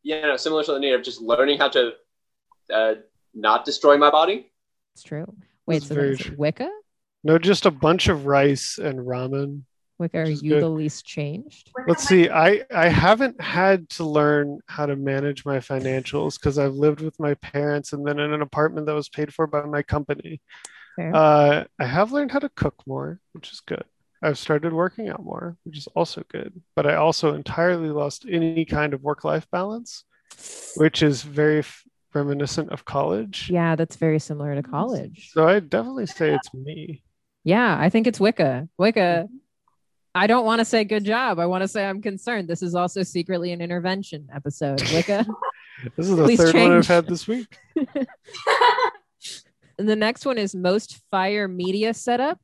Speaker 4: you know, similar to the need of just learning how to uh, not destroy my body.
Speaker 1: It's true. Wait,
Speaker 2: That's
Speaker 1: so what
Speaker 2: very
Speaker 1: is it?
Speaker 2: true.
Speaker 1: Wicca?
Speaker 2: No, just a bunch of rice and ramen.
Speaker 1: Wicca, are
Speaker 2: Which is
Speaker 1: you
Speaker 2: good.
Speaker 1: the least changed?
Speaker 2: Let's see. I I haven't had to learn how to manage my financials because I've lived with my parents and then in an apartment that was paid for by my company.
Speaker 1: Fair.
Speaker 2: Uh, I have learned how to cook more, which is good. I've started working out more, which is also good. But I also entirely lost any kind of work-life balance, which is very f- reminiscent of college.
Speaker 1: Yeah, that's very similar to college.
Speaker 2: So I definitely say it's me.
Speaker 1: Yeah, I think it's Wicca. Wicca.
Speaker 2: Mm-hmm.
Speaker 1: I don't want to say good job. I want to say I'm concerned. This is also secretly an intervention episode. Wicca.
Speaker 2: This is the
Speaker 1: Please
Speaker 2: third one I've
Speaker 1: change.
Speaker 2: had this week.
Speaker 1: and the next one is most fire media setup.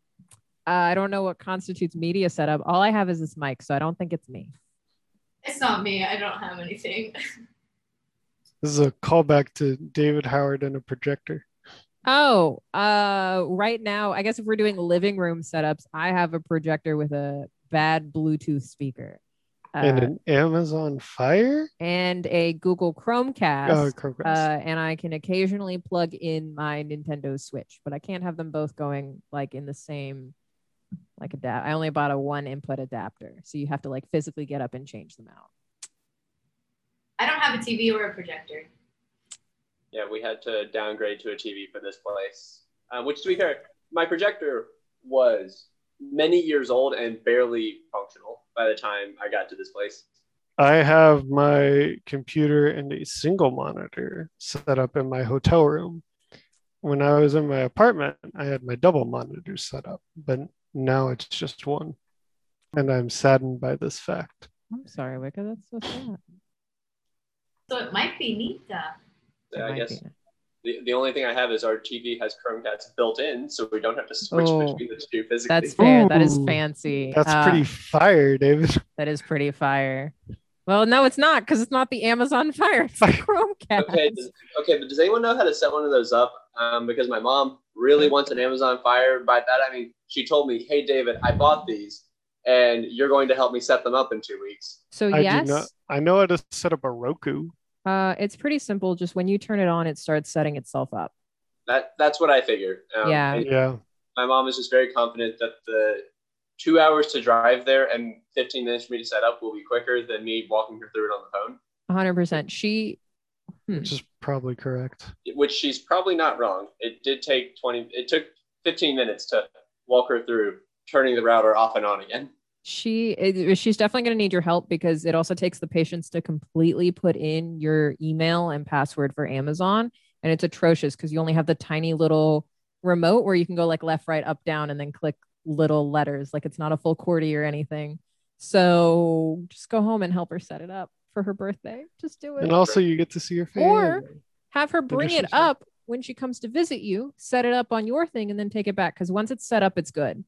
Speaker 1: Uh, I don't know what constitutes media setup. All I have is this mic, so I don't think it's me.
Speaker 3: it's not me. I don't have anything.
Speaker 2: This is a callback to David Howard and a projector.
Speaker 1: Oh, uh, right now, I guess if we're doing living room setups, I have a projector with a bad Bluetooth speaker uh,
Speaker 2: and an Amazon Fire.
Speaker 1: and a Google Chromecast.
Speaker 2: Oh, Chromecast.
Speaker 1: uh, and I can occasionally plug in my Nintendo Switch, but I can't have them both going like in the same like adapt. I only bought a one input adapter, so you have to like physically get up and change them out.
Speaker 3: I don't have a TV or a projector.
Speaker 4: Yeah, we had to downgrade to a TV for this place. Uh, which, to be fair, my projector was many years old and barely functional by the time I got to this place.
Speaker 2: I have my computer and a single monitor set up in my hotel room. When I was in my apartment, I had my double monitor set up, but now it's just one. And I'm saddened by this fact.
Speaker 1: I'm sorry, Wicca, that's so sad.
Speaker 3: So it might be Nita.
Speaker 4: So
Speaker 1: It
Speaker 4: I
Speaker 1: might
Speaker 4: guess
Speaker 1: be.
Speaker 4: the, the only thing I have is our TV has Chromecast built in, so we don't have to switch
Speaker 1: Oh,
Speaker 4: between the two physically.
Speaker 1: that's fair. that is
Speaker 2: Ooh,
Speaker 1: fancy.
Speaker 2: That's
Speaker 1: Uh,
Speaker 2: pretty fire, David.
Speaker 1: That is pretty fire. Well, no, it's not because it's not the Amazon Fire. It's the Chromecast.
Speaker 4: Okay, does, okay, but does anyone know how to set one of those up? Um, because my mom really wants an Amazon Fire. By that I mean she told me, "Hey, David, I bought these, and you're going to help me set them up in two weeks."
Speaker 1: So
Speaker 2: I
Speaker 1: oh, yes,
Speaker 2: do not I know how to set up a Roku.
Speaker 1: uh, it's pretty simple. Just when you turn it on, it starts setting itself up.
Speaker 4: That that's what I figured. Um,
Speaker 1: Yeah.
Speaker 4: and
Speaker 2: Yeah.
Speaker 4: My mom is just very confident that the two hours to drive there and 15 minutes for me to set up will be quicker than me walking her through it on the phone.
Speaker 1: 100. percent She
Speaker 2: Which is probably correct.
Speaker 4: which she's probably not wrong. It did take 20, it took 15 minutes to walk her through turning the router off and on again.
Speaker 1: She is- she's definitely going to need your help because it also takes the patience to completely put in your email and password for Amazon, and it's atrocious because you only have the tiny little remote where you can go like left, right, up, down, and then click little letters. Like it's not a full QWERTY or anything. So just go home and help her set it up for her birthday. Just do
Speaker 2: And
Speaker 1: it.
Speaker 2: also you get to see your family.
Speaker 1: Or- Have her bring it
Speaker 2: Interesting.
Speaker 1: up when she comes to visit you. Set it up on your thing and then take it back because once it's set up, it's good.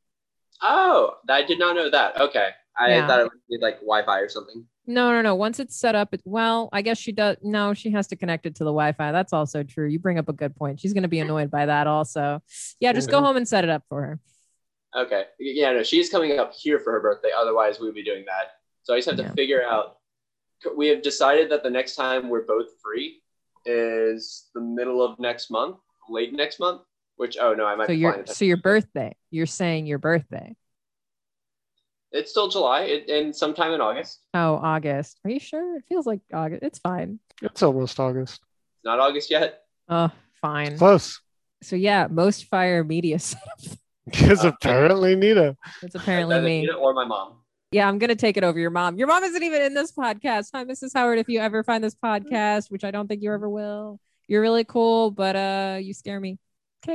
Speaker 4: Oh, I did not know that. Okay. I
Speaker 1: Yeah.
Speaker 4: thought it would be like Wi Fi or something.
Speaker 1: No, no, no. Once it's set up, it, well, I guess she does. No, she has to connect it to the Wi Fi. That's also
Speaker 4: Mm-hmm.
Speaker 1: true. You bring up a good point. She's going to be annoyed by that also. Yeah, just go
Speaker 2: Mhm.
Speaker 1: home and set it up for her.
Speaker 4: Okay. Yeah, no, she's coming up here for her birthday. Otherwise, we would be doing that. So I just have to
Speaker 1: Yeah.
Speaker 4: figure out. We have decided that the next time we're both free is the middle of next month, late next month. Which oh no, I might.
Speaker 1: So
Speaker 4: be
Speaker 1: your
Speaker 4: flying.
Speaker 1: so your birthday. You're saying your birthday.
Speaker 4: It's still July, it, and sometime in August.
Speaker 1: Oh, August. Are you sure? It feels like August. It's fine.
Speaker 2: It's almost August.
Speaker 4: It's not August yet.
Speaker 1: Oh, fine.
Speaker 2: Close.
Speaker 1: So yeah, most fire media setup.
Speaker 2: Because
Speaker 4: Uh,
Speaker 2: apparently Nita.
Speaker 1: It's apparently
Speaker 4: Either
Speaker 1: me.
Speaker 4: Nina or my mom.
Speaker 1: Yeah, I'm gonna take it over your mom. Your mom isn't even in this podcast. Hi, Mrs. Howard. If you ever find this
Speaker 4: Mm-hmm.
Speaker 1: podcast, which I don't think you ever will, you're really cool, but uh you scare me.
Speaker 4: Yeah,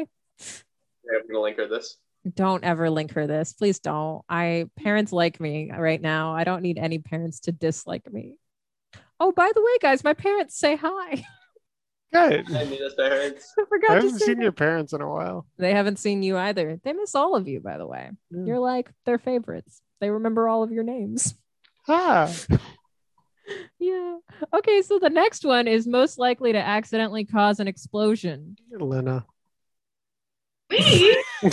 Speaker 4: I'm gonna link her this.
Speaker 1: Don't ever link her this. Please don't. I parents like me right now. I don't need any parents to dislike me. Oh, by the way, guys, my parents say hi.
Speaker 2: Good.
Speaker 4: Hi, Nina's parents.
Speaker 1: I
Speaker 2: I
Speaker 1: forgot to
Speaker 2: haven't
Speaker 1: say
Speaker 2: seen
Speaker 1: that.
Speaker 2: your parents in a while.
Speaker 1: They haven't seen you either. They miss all of you, by the way.
Speaker 2: Yeah.
Speaker 1: You're like their favorites. They remember all of your names.
Speaker 2: Ah,
Speaker 1: Yeah. Okay, so the next one is most likely to accidentally cause an explosion.
Speaker 2: Lena.
Speaker 3: Me?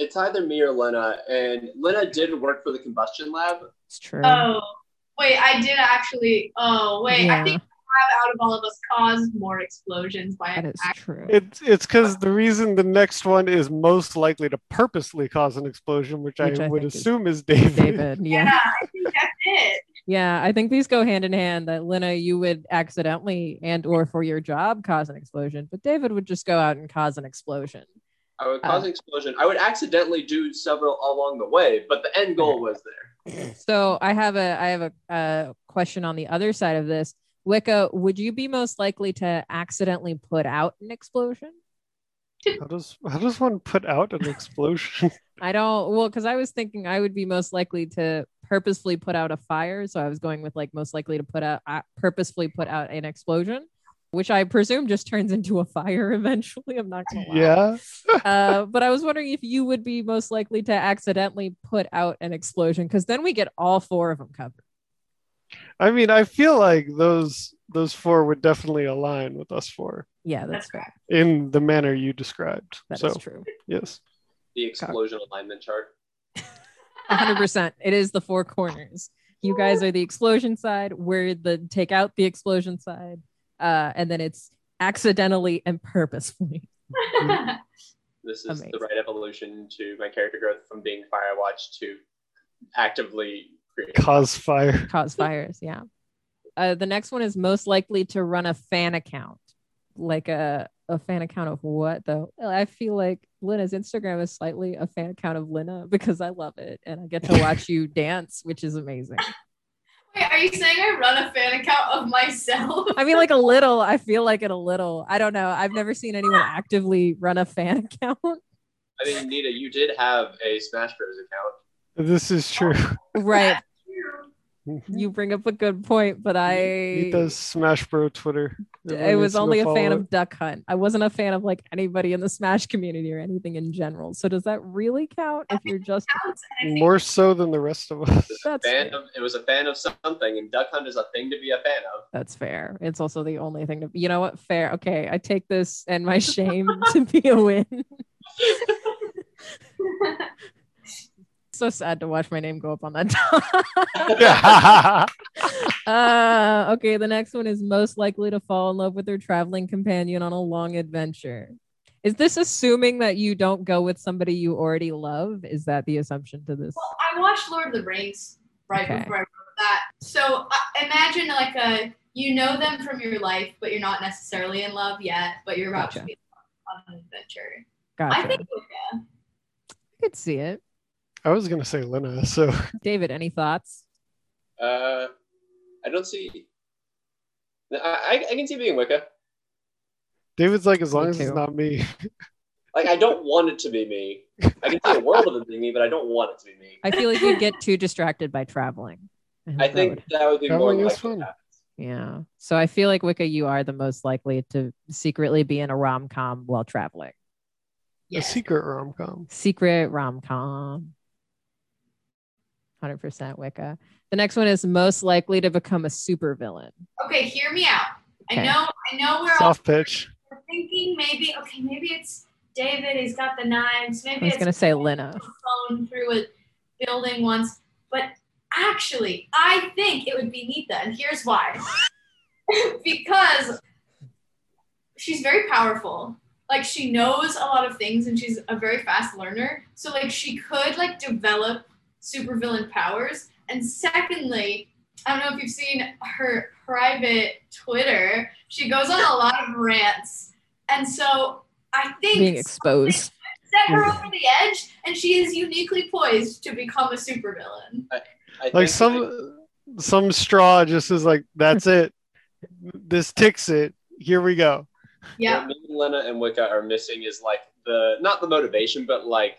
Speaker 4: It's either me or Lena, and Lena did work for the combustion lab.
Speaker 1: It's true.
Speaker 3: Oh, wait, I did actually. Oh, wait,
Speaker 1: Yeah.
Speaker 3: I think I have out of all of us caused more explosions by
Speaker 1: that is
Speaker 3: accident.
Speaker 1: true.
Speaker 2: It's it's because the reason the next one is most likely to purposely cause an explosion, which,
Speaker 1: Which
Speaker 2: I,
Speaker 1: I
Speaker 2: would
Speaker 1: think is
Speaker 2: assume is David.
Speaker 1: David. Yeah.
Speaker 3: I think that's it.
Speaker 1: Yeah. I think these go hand in hand that Lena, you would accidentally and or for your job cause an explosion, but David would just go out and cause an explosion.
Speaker 4: I
Speaker 1: Oh.
Speaker 4: would cause an explosion. I would accidentally do several along the way, but the end goal was there.
Speaker 1: So I have a I have a uh, question on the other side of this. Wicca, would you be most likely to accidentally put out an explosion?
Speaker 2: How does how does one put out an explosion?
Speaker 1: I don't well because I was thinking I would be most likely to purposefully put out a fire, so I was going with like most likely to put out uh, purposefully put out an explosion, which I presume just turns into a fire eventually. I'm not gonna lie.
Speaker 2: yeah.
Speaker 1: Uh, but I was wondering if you would be most likely to accidentally put out an explosion because then we get all four of them covered.
Speaker 2: I mean, I feel like those those four would definitely align with us four
Speaker 1: Yeah, that's
Speaker 3: That's
Speaker 1: fair.
Speaker 2: in the manner you described.
Speaker 1: That is
Speaker 2: so
Speaker 1: true.
Speaker 2: yes.
Speaker 4: The explosion alignment chart.
Speaker 1: 100. percent It is the four corners. You guys are the explosion side. We're the take out the explosion side, uh, and then it's accidentally and purposefully.
Speaker 4: This is
Speaker 1: Amazing.
Speaker 4: the right evolution to my character growth from being Firewatch to actively creating.
Speaker 2: Cause fire.
Speaker 1: cause fires. Yeah. Uh, the next one is most likely to run a fan account, like a a fan account of what though? I feel like Lina's Instagram is slightly a fan account of Lina because I love it and I get to watch you dance, which is amazing.
Speaker 3: Wait, are you saying I run a fan account of myself?
Speaker 1: I mean, like a little. I feel like it a little. I don't know. I've never seen anyone actively run a fan account.
Speaker 4: I mean, Nita, you did have a Smash Bros. account.
Speaker 2: This is true.
Speaker 1: right. You bring up a good point, but I
Speaker 2: Eat those Smash Bro Twitter.
Speaker 1: I
Speaker 2: Everyone needs
Speaker 1: was
Speaker 2: to go
Speaker 1: only a fan
Speaker 2: follow
Speaker 1: of Duck Hunt. I wasn't a fan of like anybody in the Smash community or anything in general. So does that really count if you're just
Speaker 3: Counts, and I
Speaker 2: it.
Speaker 3: think
Speaker 2: more so than the rest of us.
Speaker 1: that's
Speaker 4: Fan
Speaker 1: fair.
Speaker 4: of, it was a fan of something, and Duck Hunt is a thing to be a fan of.
Speaker 1: that's fair. It's also the only thing to you know what? Fair. Okay. I take this and my shame to be a win. so sad to watch my name go up on that top. uh okay, the next one is most likely to fall in love with their traveling companion on a long adventure. Is this assuming that you don't go with somebody you already love? Is that the assumption to this?
Speaker 3: Well, I watched Lord of the Rings right
Speaker 1: Okay.
Speaker 3: before I wrote that. So uh, imagine like a you know them from your life, but you're not necessarily in love yet, but you're about
Speaker 1: Gotcha.
Speaker 3: to be on an adventure.
Speaker 1: Gotcha.
Speaker 3: I think
Speaker 1: I could see it.
Speaker 2: I was gonna say Lena, so
Speaker 1: David, any thoughts?
Speaker 4: Uh, I don't see. I, I- I can see being Wicca.
Speaker 2: David's like, as
Speaker 1: Me
Speaker 2: long as it's
Speaker 1: too.
Speaker 2: not me.
Speaker 4: Like, I don't want it to be me. I can see a world of it being me, but I don't want it to be me.
Speaker 1: I feel like you'd get too distracted by traveling.
Speaker 4: I think that would be more
Speaker 2: Traveling is
Speaker 4: likely.
Speaker 2: fun.
Speaker 4: to happen.
Speaker 1: yeah. So I feel like Wicca, you are the most likely to secretly be in a rom com while traveling.
Speaker 2: A
Speaker 3: yes.
Speaker 2: secret rom com.
Speaker 1: Secret rom com. 100% Wicca. The next one is most likely to become a supervillain.
Speaker 3: Okay, hear me out.
Speaker 1: Okay.
Speaker 3: I know I know we're all
Speaker 2: Soft pitch.
Speaker 3: we're thinking maybe okay, maybe it's David, he's got the knives.
Speaker 1: I
Speaker 3: Maybe
Speaker 1: was
Speaker 3: it's
Speaker 1: gonna say Lena.
Speaker 3: phone through a building once. But actually, I think it would be Nita, and here's why. because she's very powerful. Like she knows a lot of things and she's a very fast learner. So like she could like develop supervillain powers. And secondly, I don't know if you've seen her private Twitter. She goes on a lot of rants. And so I think
Speaker 1: Being exposed.
Speaker 3: set her over the edge, and she is uniquely poised to become a supervillain.
Speaker 6: I
Speaker 2: Like
Speaker 6: think
Speaker 2: some some straw just is like, that's it. This ticks it. Here we go.
Speaker 3: Yeah,
Speaker 6: What me and Lena and Wicca are missing is like the not the motivation, but like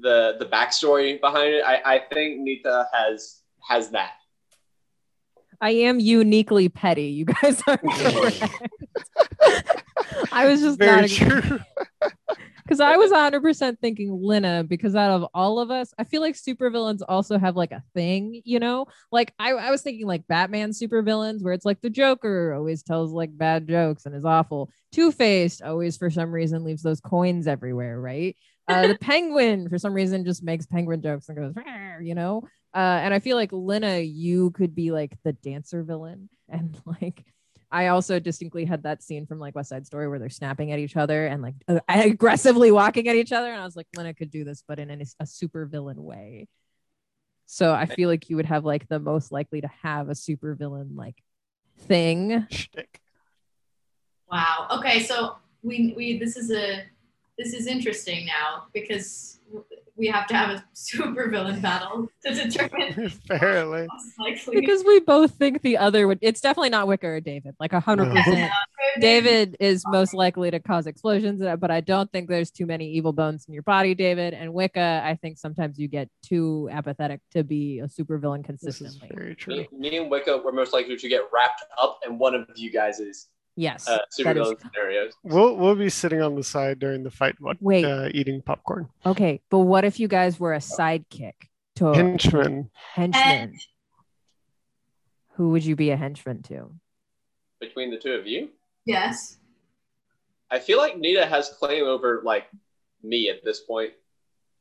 Speaker 6: the the backstory behind it. I, I think Nita has has that.
Speaker 1: I am uniquely petty. You guys are correct. I was just
Speaker 2: Very
Speaker 1: not
Speaker 2: true.
Speaker 1: because I was 100% thinking Lena because out of all of us, I feel like supervillains also have like a thing, you know? Like I, I was thinking like Batman supervillains where it's like the Joker always tells like bad jokes and is awful. Two-Faced always for some reason leaves those coins everywhere, right? Uh, the Penguin for some reason just makes penguin jokes and goes, "Rawr," you know? Uh, and I feel like Lena, you could be like the dancer villain and like I also distinctly had that scene from like West Side Story where they're snapping at each other and like uh, aggressively walking at each other, and I was like, Lena could do this, but in an, a super villain way. So I feel like you would have like the most likely to have a super villain like thing.
Speaker 2: Shtick.
Speaker 3: wow. Okay, so we we this is a this is interesting now because we have to have a supervillain battle to determine
Speaker 2: Apparently.
Speaker 3: most likely.
Speaker 1: Because we both think the other would. It's definitely not Wicker or David. Like a hundred percent. David is most likely to cause explosions, uh, but I don't think there's too many evil bones in your body, David. And Wicca, I think sometimes you get too apathetic to be a supervillain
Speaker 2: This is
Speaker 1: consistently.
Speaker 2: very true.
Speaker 6: Me, me and Wicca were most likely to get wrapped up in one of you guys'
Speaker 1: Yes.
Speaker 6: uh,
Speaker 1: that is-
Speaker 6: supervillain scenarios.
Speaker 2: We'll we'll be sitting on the side during the fight, what,
Speaker 1: Wait.
Speaker 2: uh, eating popcorn.
Speaker 1: okay, but what if you guys were a sidekick to a
Speaker 2: Henchman.
Speaker 1: henchman? Who would you be a henchman to?
Speaker 6: between the two of you.
Speaker 3: yes.
Speaker 6: I feel like Nita has claim over like me at this point.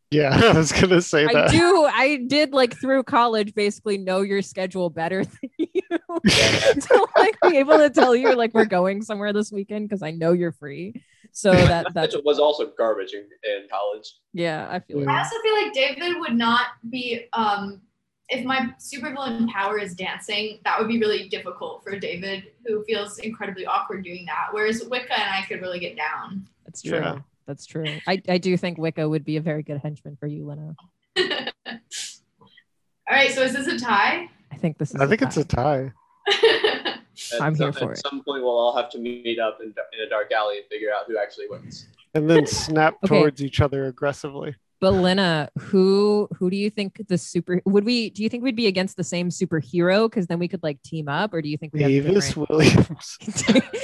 Speaker 2: Yeah, I was gonna say
Speaker 1: I
Speaker 2: that.
Speaker 1: do. I did like through college, basically know your schedule better than you to like be able to tell you like we're going somewhere this weekend because I know you're free. So that
Speaker 6: Which
Speaker 1: that's
Speaker 6: was also garbage in, in college.
Speaker 1: yeah, I feel like
Speaker 3: I also feel like David would not be um if my supervillain power is dancing, that would be really difficult for David, who feels incredibly awkward doing that. Whereas Wicca and I could really get down.
Speaker 1: that's true.
Speaker 2: Yeah.
Speaker 1: That's true. I, I do think Wicca would be a very good henchman for you, Lena.
Speaker 3: All right, so is this a tie?
Speaker 1: I think this is
Speaker 2: I think it's a tie.
Speaker 6: At
Speaker 1: I'm
Speaker 6: some,
Speaker 1: here
Speaker 6: at
Speaker 1: for it.
Speaker 6: some point, we'll all have to meet up in, in a dark alley and figure out who actually wins.
Speaker 2: And then snap
Speaker 1: Okay.
Speaker 2: towards each other aggressively.
Speaker 1: But Lena, who who do you think the super would we do you think we'd be against the same superhero? Because then we could like team up, or do you think we have
Speaker 2: Davis
Speaker 1: different-
Speaker 2: Williams.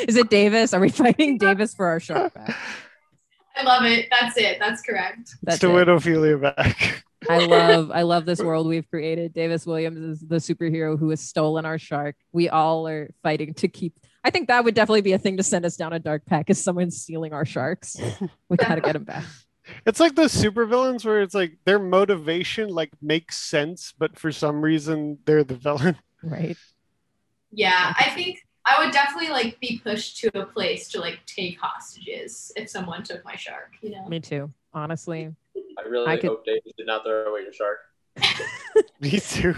Speaker 1: Is it Davis? Are we fighting Davis for our shark back?
Speaker 3: I love it. That's it. That's correct.
Speaker 2: It's
Speaker 1: That's
Speaker 2: the
Speaker 1: it.
Speaker 2: Widowphilia back.
Speaker 1: I love I love this world we've created. Davis Williams is the superhero who has stolen our shark. We all are fighting to keep. I think that would definitely be a thing to send us down a dark pack is someone stealing our sharks. We gotta get him back.
Speaker 2: It's like those supervillains where it's like their motivation like makes sense, but for some reason they're the villain.
Speaker 1: Right.
Speaker 3: Yeah, I think I would definitely like be pushed to a place to like take hostages if someone took my shark. You know,
Speaker 1: Me too. Honestly.
Speaker 6: I really
Speaker 1: I could-
Speaker 6: hope Davis did not throw away your shark.
Speaker 2: Me too.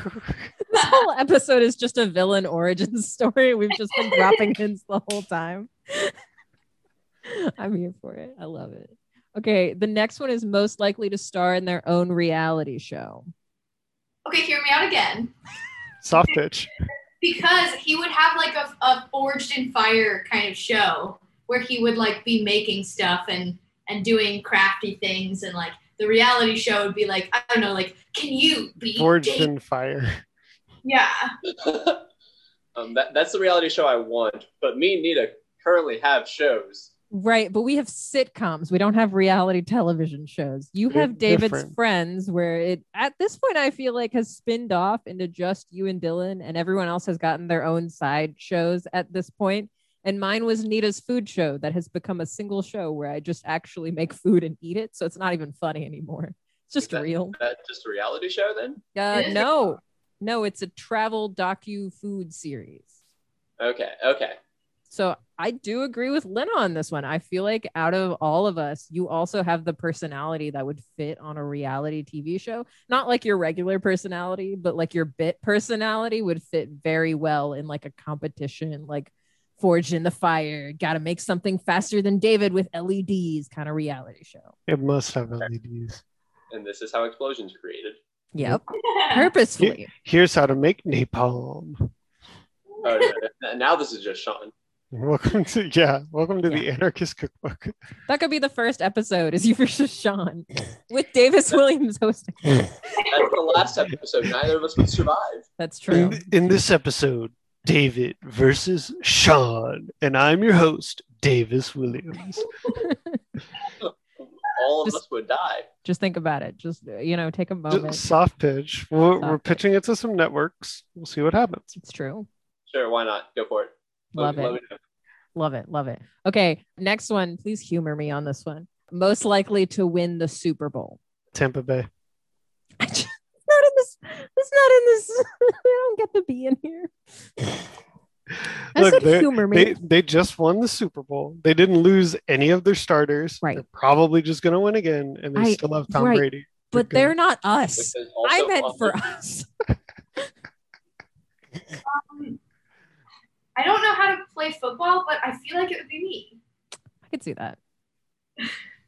Speaker 1: This whole episode is just a villain origin story. We've just been dropping hints the whole time. I'm here for it. I love it. Okay. The next one is most likely to star in their own reality show.
Speaker 3: okay, hear me out again.
Speaker 2: Soft pitch.
Speaker 3: because he would have like a, a forged in fire kind of show where he would like be making stuff and and doing crafty things and like the reality show would be like i don't know like can you be
Speaker 2: Forged in fire.
Speaker 3: yeah
Speaker 6: um, that, that's the reality show I want. But me and Nita currently have shows.
Speaker 1: Right, but we have sitcoms. We don't have reality television shows. You
Speaker 2: They're
Speaker 1: have David's
Speaker 2: different.
Speaker 1: friends where it at this point I feel like has spinned off into just you and Dylan and everyone else has gotten their own side shows at this point. And mine was Nita's food show that has become a single show where I just actually make food and eat it. So it's not even funny anymore. It's just
Speaker 6: that-
Speaker 1: real.
Speaker 6: That's just a reality show then?
Speaker 1: Uh,
Speaker 3: It is-
Speaker 1: no, no, it's a travel docu food series.
Speaker 6: Okay, okay.
Speaker 1: So I do agree with Lena on this one. I feel like out of all of us, you also have the personality that would fit on a reality TV show. Not like your regular personality, but like your bit personality would fit very well in like a competition, like Forged in the Fire, gotta make something faster than David with LEDs kind of reality show.
Speaker 2: It must have E LEDs.
Speaker 6: And this is how explosions are created.
Speaker 1: Yep. Purposefully.
Speaker 2: Here's how to make napalm.
Speaker 6: Oh, no, no, no, now this is just Sean.
Speaker 2: Welcome to yeah, welcome to the Anarchist Cookbook.
Speaker 1: That could be the first episode is you versus Sean with Davis Williams hosting.
Speaker 6: That's the last episode. Neither of us would survive.
Speaker 1: That's true.
Speaker 2: In, in this episode, David versus Sean, and I'm your host, Davis Williams.
Speaker 6: All of
Speaker 1: Just-
Speaker 6: us would die.
Speaker 1: Just think about it. Just, you know, take a moment.
Speaker 2: Just soft pitch. We're,
Speaker 1: Soft
Speaker 2: we're
Speaker 1: pitch.
Speaker 2: pitching it to some networks. We'll see what happens.
Speaker 1: It's true.
Speaker 6: Sure, why not? Go for it.
Speaker 1: Love
Speaker 6: Let me-
Speaker 1: it.
Speaker 6: let me
Speaker 1: Love it. Love it. Okay. Next one. Please humor me on this one. Most likely to win the Super Bowl.
Speaker 2: Tampa Bay.
Speaker 1: I just- it's not in this. It's not in this. I don't get to be in here. I
Speaker 2: Look,
Speaker 1: said
Speaker 2: they,
Speaker 1: humor me.
Speaker 2: they, they just won the Super Bowl. They didn't lose any of their starters.
Speaker 1: Right.
Speaker 2: They're probably just going to win again, and they
Speaker 1: I-
Speaker 2: still have Tom
Speaker 1: right.
Speaker 2: Brady.
Speaker 1: but
Speaker 2: good.
Speaker 1: they're not
Speaker 6: know.
Speaker 1: us.
Speaker 6: Because
Speaker 1: I
Speaker 6: also
Speaker 1: meant for
Speaker 6: often-
Speaker 1: us.
Speaker 3: I don't know how to play football, but I feel like it would be me.
Speaker 1: I could see that.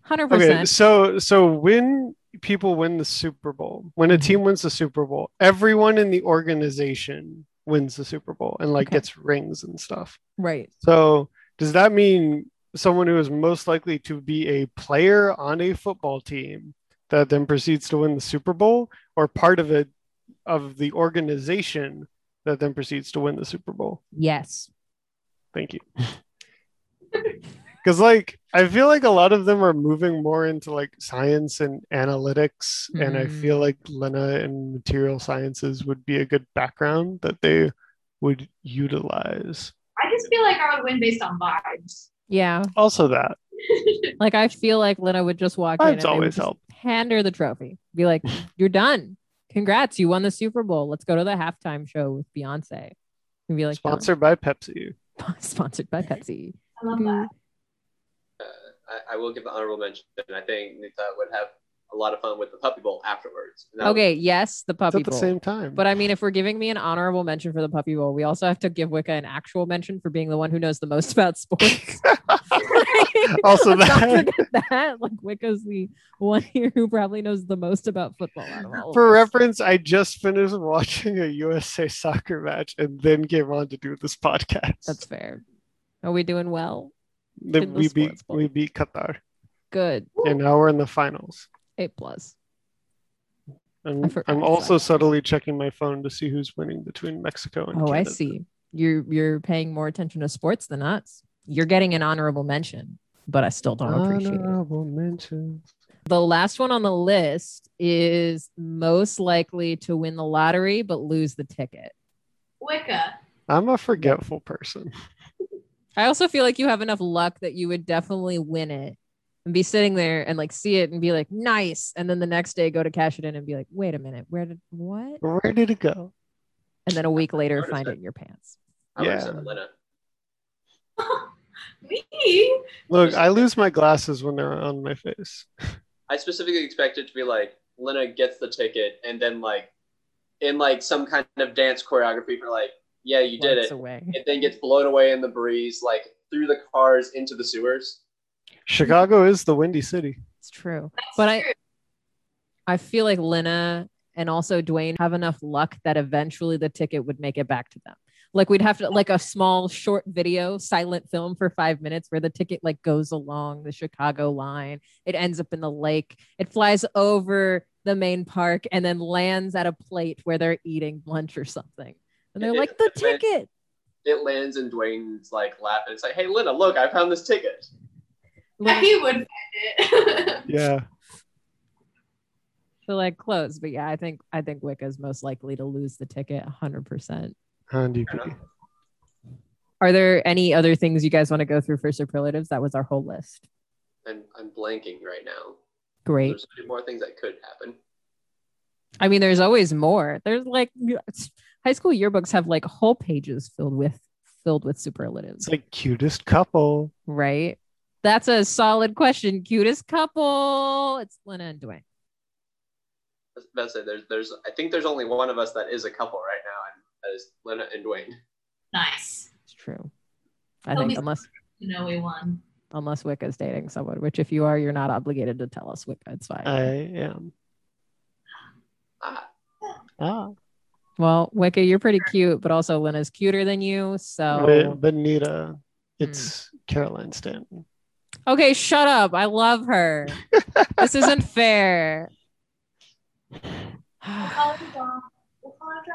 Speaker 1: Hundred
Speaker 2: Okay,
Speaker 1: percent.
Speaker 2: so so when people win the Super Bowl, when
Speaker 1: Mm-hmm.
Speaker 2: a team wins the Super Bowl, everyone in the organization wins the Super Bowl and like
Speaker 1: Okay.
Speaker 2: gets rings and stuff.
Speaker 1: Right.
Speaker 2: So does that mean someone who is most likely to be a player on a football team that then proceeds to win the Super Bowl, or part of it of the organization that then proceeds to win the Super Bowl?
Speaker 1: Yes.
Speaker 2: Thank you. Because like I feel like a lot of them are moving more into like science and analytics, and I
Speaker 1: Mm.
Speaker 2: feel like Lena and material sciences would be a good background that they would utilize.
Speaker 3: I just feel like I would win based on vibes.
Speaker 1: Yeah.
Speaker 2: Also, that
Speaker 1: Like I feel like Lena would just walk in.
Speaker 2: Vibes
Speaker 1: and they would
Speaker 2: always
Speaker 1: just
Speaker 2: help.
Speaker 1: Hand her the trophy. Be like, "You're done. Congrats. You won the Super Bowl. Let's go to the halftime show with Beyonce." And be like, um, "Done."
Speaker 2: sponsored by Pepsi.
Speaker 1: sponsored by Pepsi.
Speaker 3: I love
Speaker 1: Mm.
Speaker 3: that.
Speaker 6: uh, I, I will give the honorable mention. I think Nita would have a lot of fun with the puppy bowl afterwards. And that
Speaker 1: Okay, yes, the
Speaker 2: It's
Speaker 1: puppy
Speaker 2: at the
Speaker 1: bowl.
Speaker 2: same time.
Speaker 1: But I mean, if we're giving me an honorable mention for the puppy bowl, we also have to give Wicca an actual mention for being the one who knows the most about sports.
Speaker 2: Also
Speaker 1: Let's not
Speaker 2: that.
Speaker 1: forget that. Like Wicca's the one here who probably knows the most about football. Out of all of
Speaker 2: For
Speaker 1: us.
Speaker 2: reference, I just finished watching a USA soccer match and then came on to do this podcast.
Speaker 1: that's fair. Are we doing well?
Speaker 2: then
Speaker 1: in the
Speaker 2: we beat
Speaker 1: sports bowl.
Speaker 2: we beat Qatar,
Speaker 1: Good.
Speaker 2: and now we're in the finals.
Speaker 1: A plus. I
Speaker 2: I'm,
Speaker 1: forgot
Speaker 2: I'm
Speaker 1: to
Speaker 2: also
Speaker 1: sign.
Speaker 2: subtly checking my phone to see who's winning between Mexico and
Speaker 1: Oh, I
Speaker 2: Canada.
Speaker 1: see. You're you're paying more attention to sports than us. You're getting an honorable mention, but Oh, I still don't appreciate it.
Speaker 2: Honorable mention.
Speaker 1: The last one on the list is most likely to win the lottery but lose the ticket.
Speaker 3: Wicca.
Speaker 2: I'm a forgetful person.
Speaker 1: I also feel like you have enough luck that you would definitely win it and be sitting there and like see it and be like, nice. And then the next day go to cash it in and be like, wait a minute, where did what?
Speaker 2: Where did it go?
Speaker 1: And then a week later
Speaker 6: Notice
Speaker 1: find
Speaker 6: it.
Speaker 1: it in your pants.
Speaker 6: I would have
Speaker 2: Yeah.
Speaker 6: said Lena.
Speaker 3: me?
Speaker 2: Look, I lose my glasses when they're on my face.
Speaker 6: I specifically expect it to be like Lena gets the ticket and then like in like some kind of dance choreography for like, yeah, you did
Speaker 1: Floats
Speaker 6: it.
Speaker 1: away.
Speaker 6: It then gets blown away in the breeze, like through the cars into the sewers.
Speaker 2: Chicago is the windy city.
Speaker 1: It's true.
Speaker 3: That's
Speaker 1: But I-
Speaker 3: true.
Speaker 1: I feel like Lena and also Dwayne have enough luck that eventually the ticket would make it back to them. Like we'd have to like a small short video, silent film for five minutes where the ticket like goes along the Chicago line. It ends up in the lake. It flies over the main park and then lands at a plate where they're eating lunch or something. And they're like, the ticket.
Speaker 6: It lands in Dwayne's like lap and it's like, hey Lena, look, I found this ticket.
Speaker 1: Like,
Speaker 3: he would find it.
Speaker 2: Yeah.
Speaker 1: they're like close. But yeah, I think I think Wicca's most likely to lose the ticket hundred percent.
Speaker 2: Handy
Speaker 6: Fair
Speaker 2: cookie.
Speaker 1: Are there any other things you guys want to go through for superlatives? That was our whole list.
Speaker 6: And I'm blanking right now.
Speaker 1: Great.
Speaker 6: There's so many more things that could happen.
Speaker 1: I mean, there's always more. There's like high school yearbooks have like whole pages filled with filled with superlatives,
Speaker 2: It's like cutest couple.
Speaker 1: right? That's a solid question. Cutest couple. It's Lena and Dwayne.
Speaker 6: That's- That's it. There's, there's. I think there's only one of us that is a couple right now, and that is Lena and Dwayne.
Speaker 3: Nice.
Speaker 1: It's true. I
Speaker 3: Oh,
Speaker 1: think
Speaker 3: we-
Speaker 1: unless
Speaker 3: You know we won.
Speaker 1: unless Wicca's dating someone, which if you are, you're not obligated to tell us Wicca. It's fine.
Speaker 2: I am.
Speaker 6: Ah,
Speaker 2: Ah,
Speaker 1: well, Wicca, you're pretty cute, but also Lena's cuter than you. So
Speaker 2: But Benita,
Speaker 1: Hmm.
Speaker 2: it's Caroline Stanton.
Speaker 1: Okay, shut up. I love her. this isn't fair.
Speaker 3: We'll call it a draw. We'll call it a draw.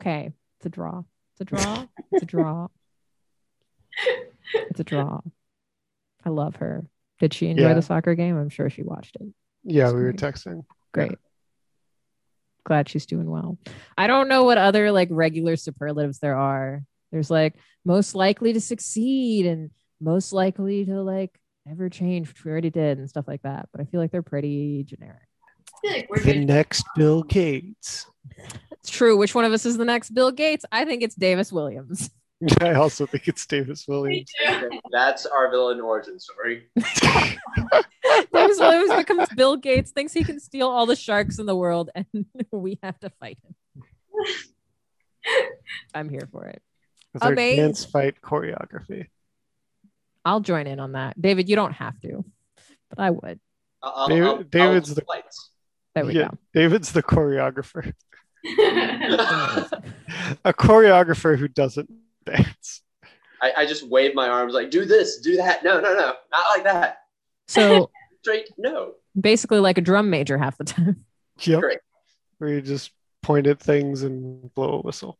Speaker 1: okay, it's a draw. It's a draw. It's a draw. It's a draw. I love her. Did she enjoy
Speaker 2: Yeah.
Speaker 1: the soccer game? I'm sure she watched it.
Speaker 2: Yeah, we were texting.
Speaker 1: Great. Glad she's doing well. I don't know what other like regular superlatives there are. There's like most likely to succeed and most likely to like never change, which we already did and stuff like that. But I feel like they're pretty generic.
Speaker 3: I feel like we're
Speaker 2: The
Speaker 3: good.
Speaker 2: next Bill Gates.
Speaker 1: It's true. Which one of us is the next Bill Gates? I think it's Davis Williams.
Speaker 2: I also think it's Davis
Speaker 3: Me
Speaker 2: Williams.
Speaker 3: too.
Speaker 6: That's our villain origin story. Uh,
Speaker 1: Davis Williams becomes Bill Gates, thinks he can steal all the sharks in the world, and we have to fight him. I'm here for it.
Speaker 2: With our
Speaker 1: Amazing.
Speaker 2: dance fight choreography.
Speaker 1: I'll join in on that. David, you don't have to, but I would.
Speaker 6: I'll- I'll-
Speaker 2: David-
Speaker 6: I'll- I'll-
Speaker 2: David's the-
Speaker 6: lights.
Speaker 1: There we
Speaker 2: Yeah,
Speaker 1: go.
Speaker 2: David's the choreographer.
Speaker 6: I,
Speaker 2: A choreographer who doesn't dance.
Speaker 6: I just wave my arms like, do this, do that. No, no, no, not like that.
Speaker 1: So
Speaker 6: Straight, no.
Speaker 1: basically, like a drum major half the time.
Speaker 2: Yep.
Speaker 6: Correct.
Speaker 2: Where you just point at things and blow a whistle.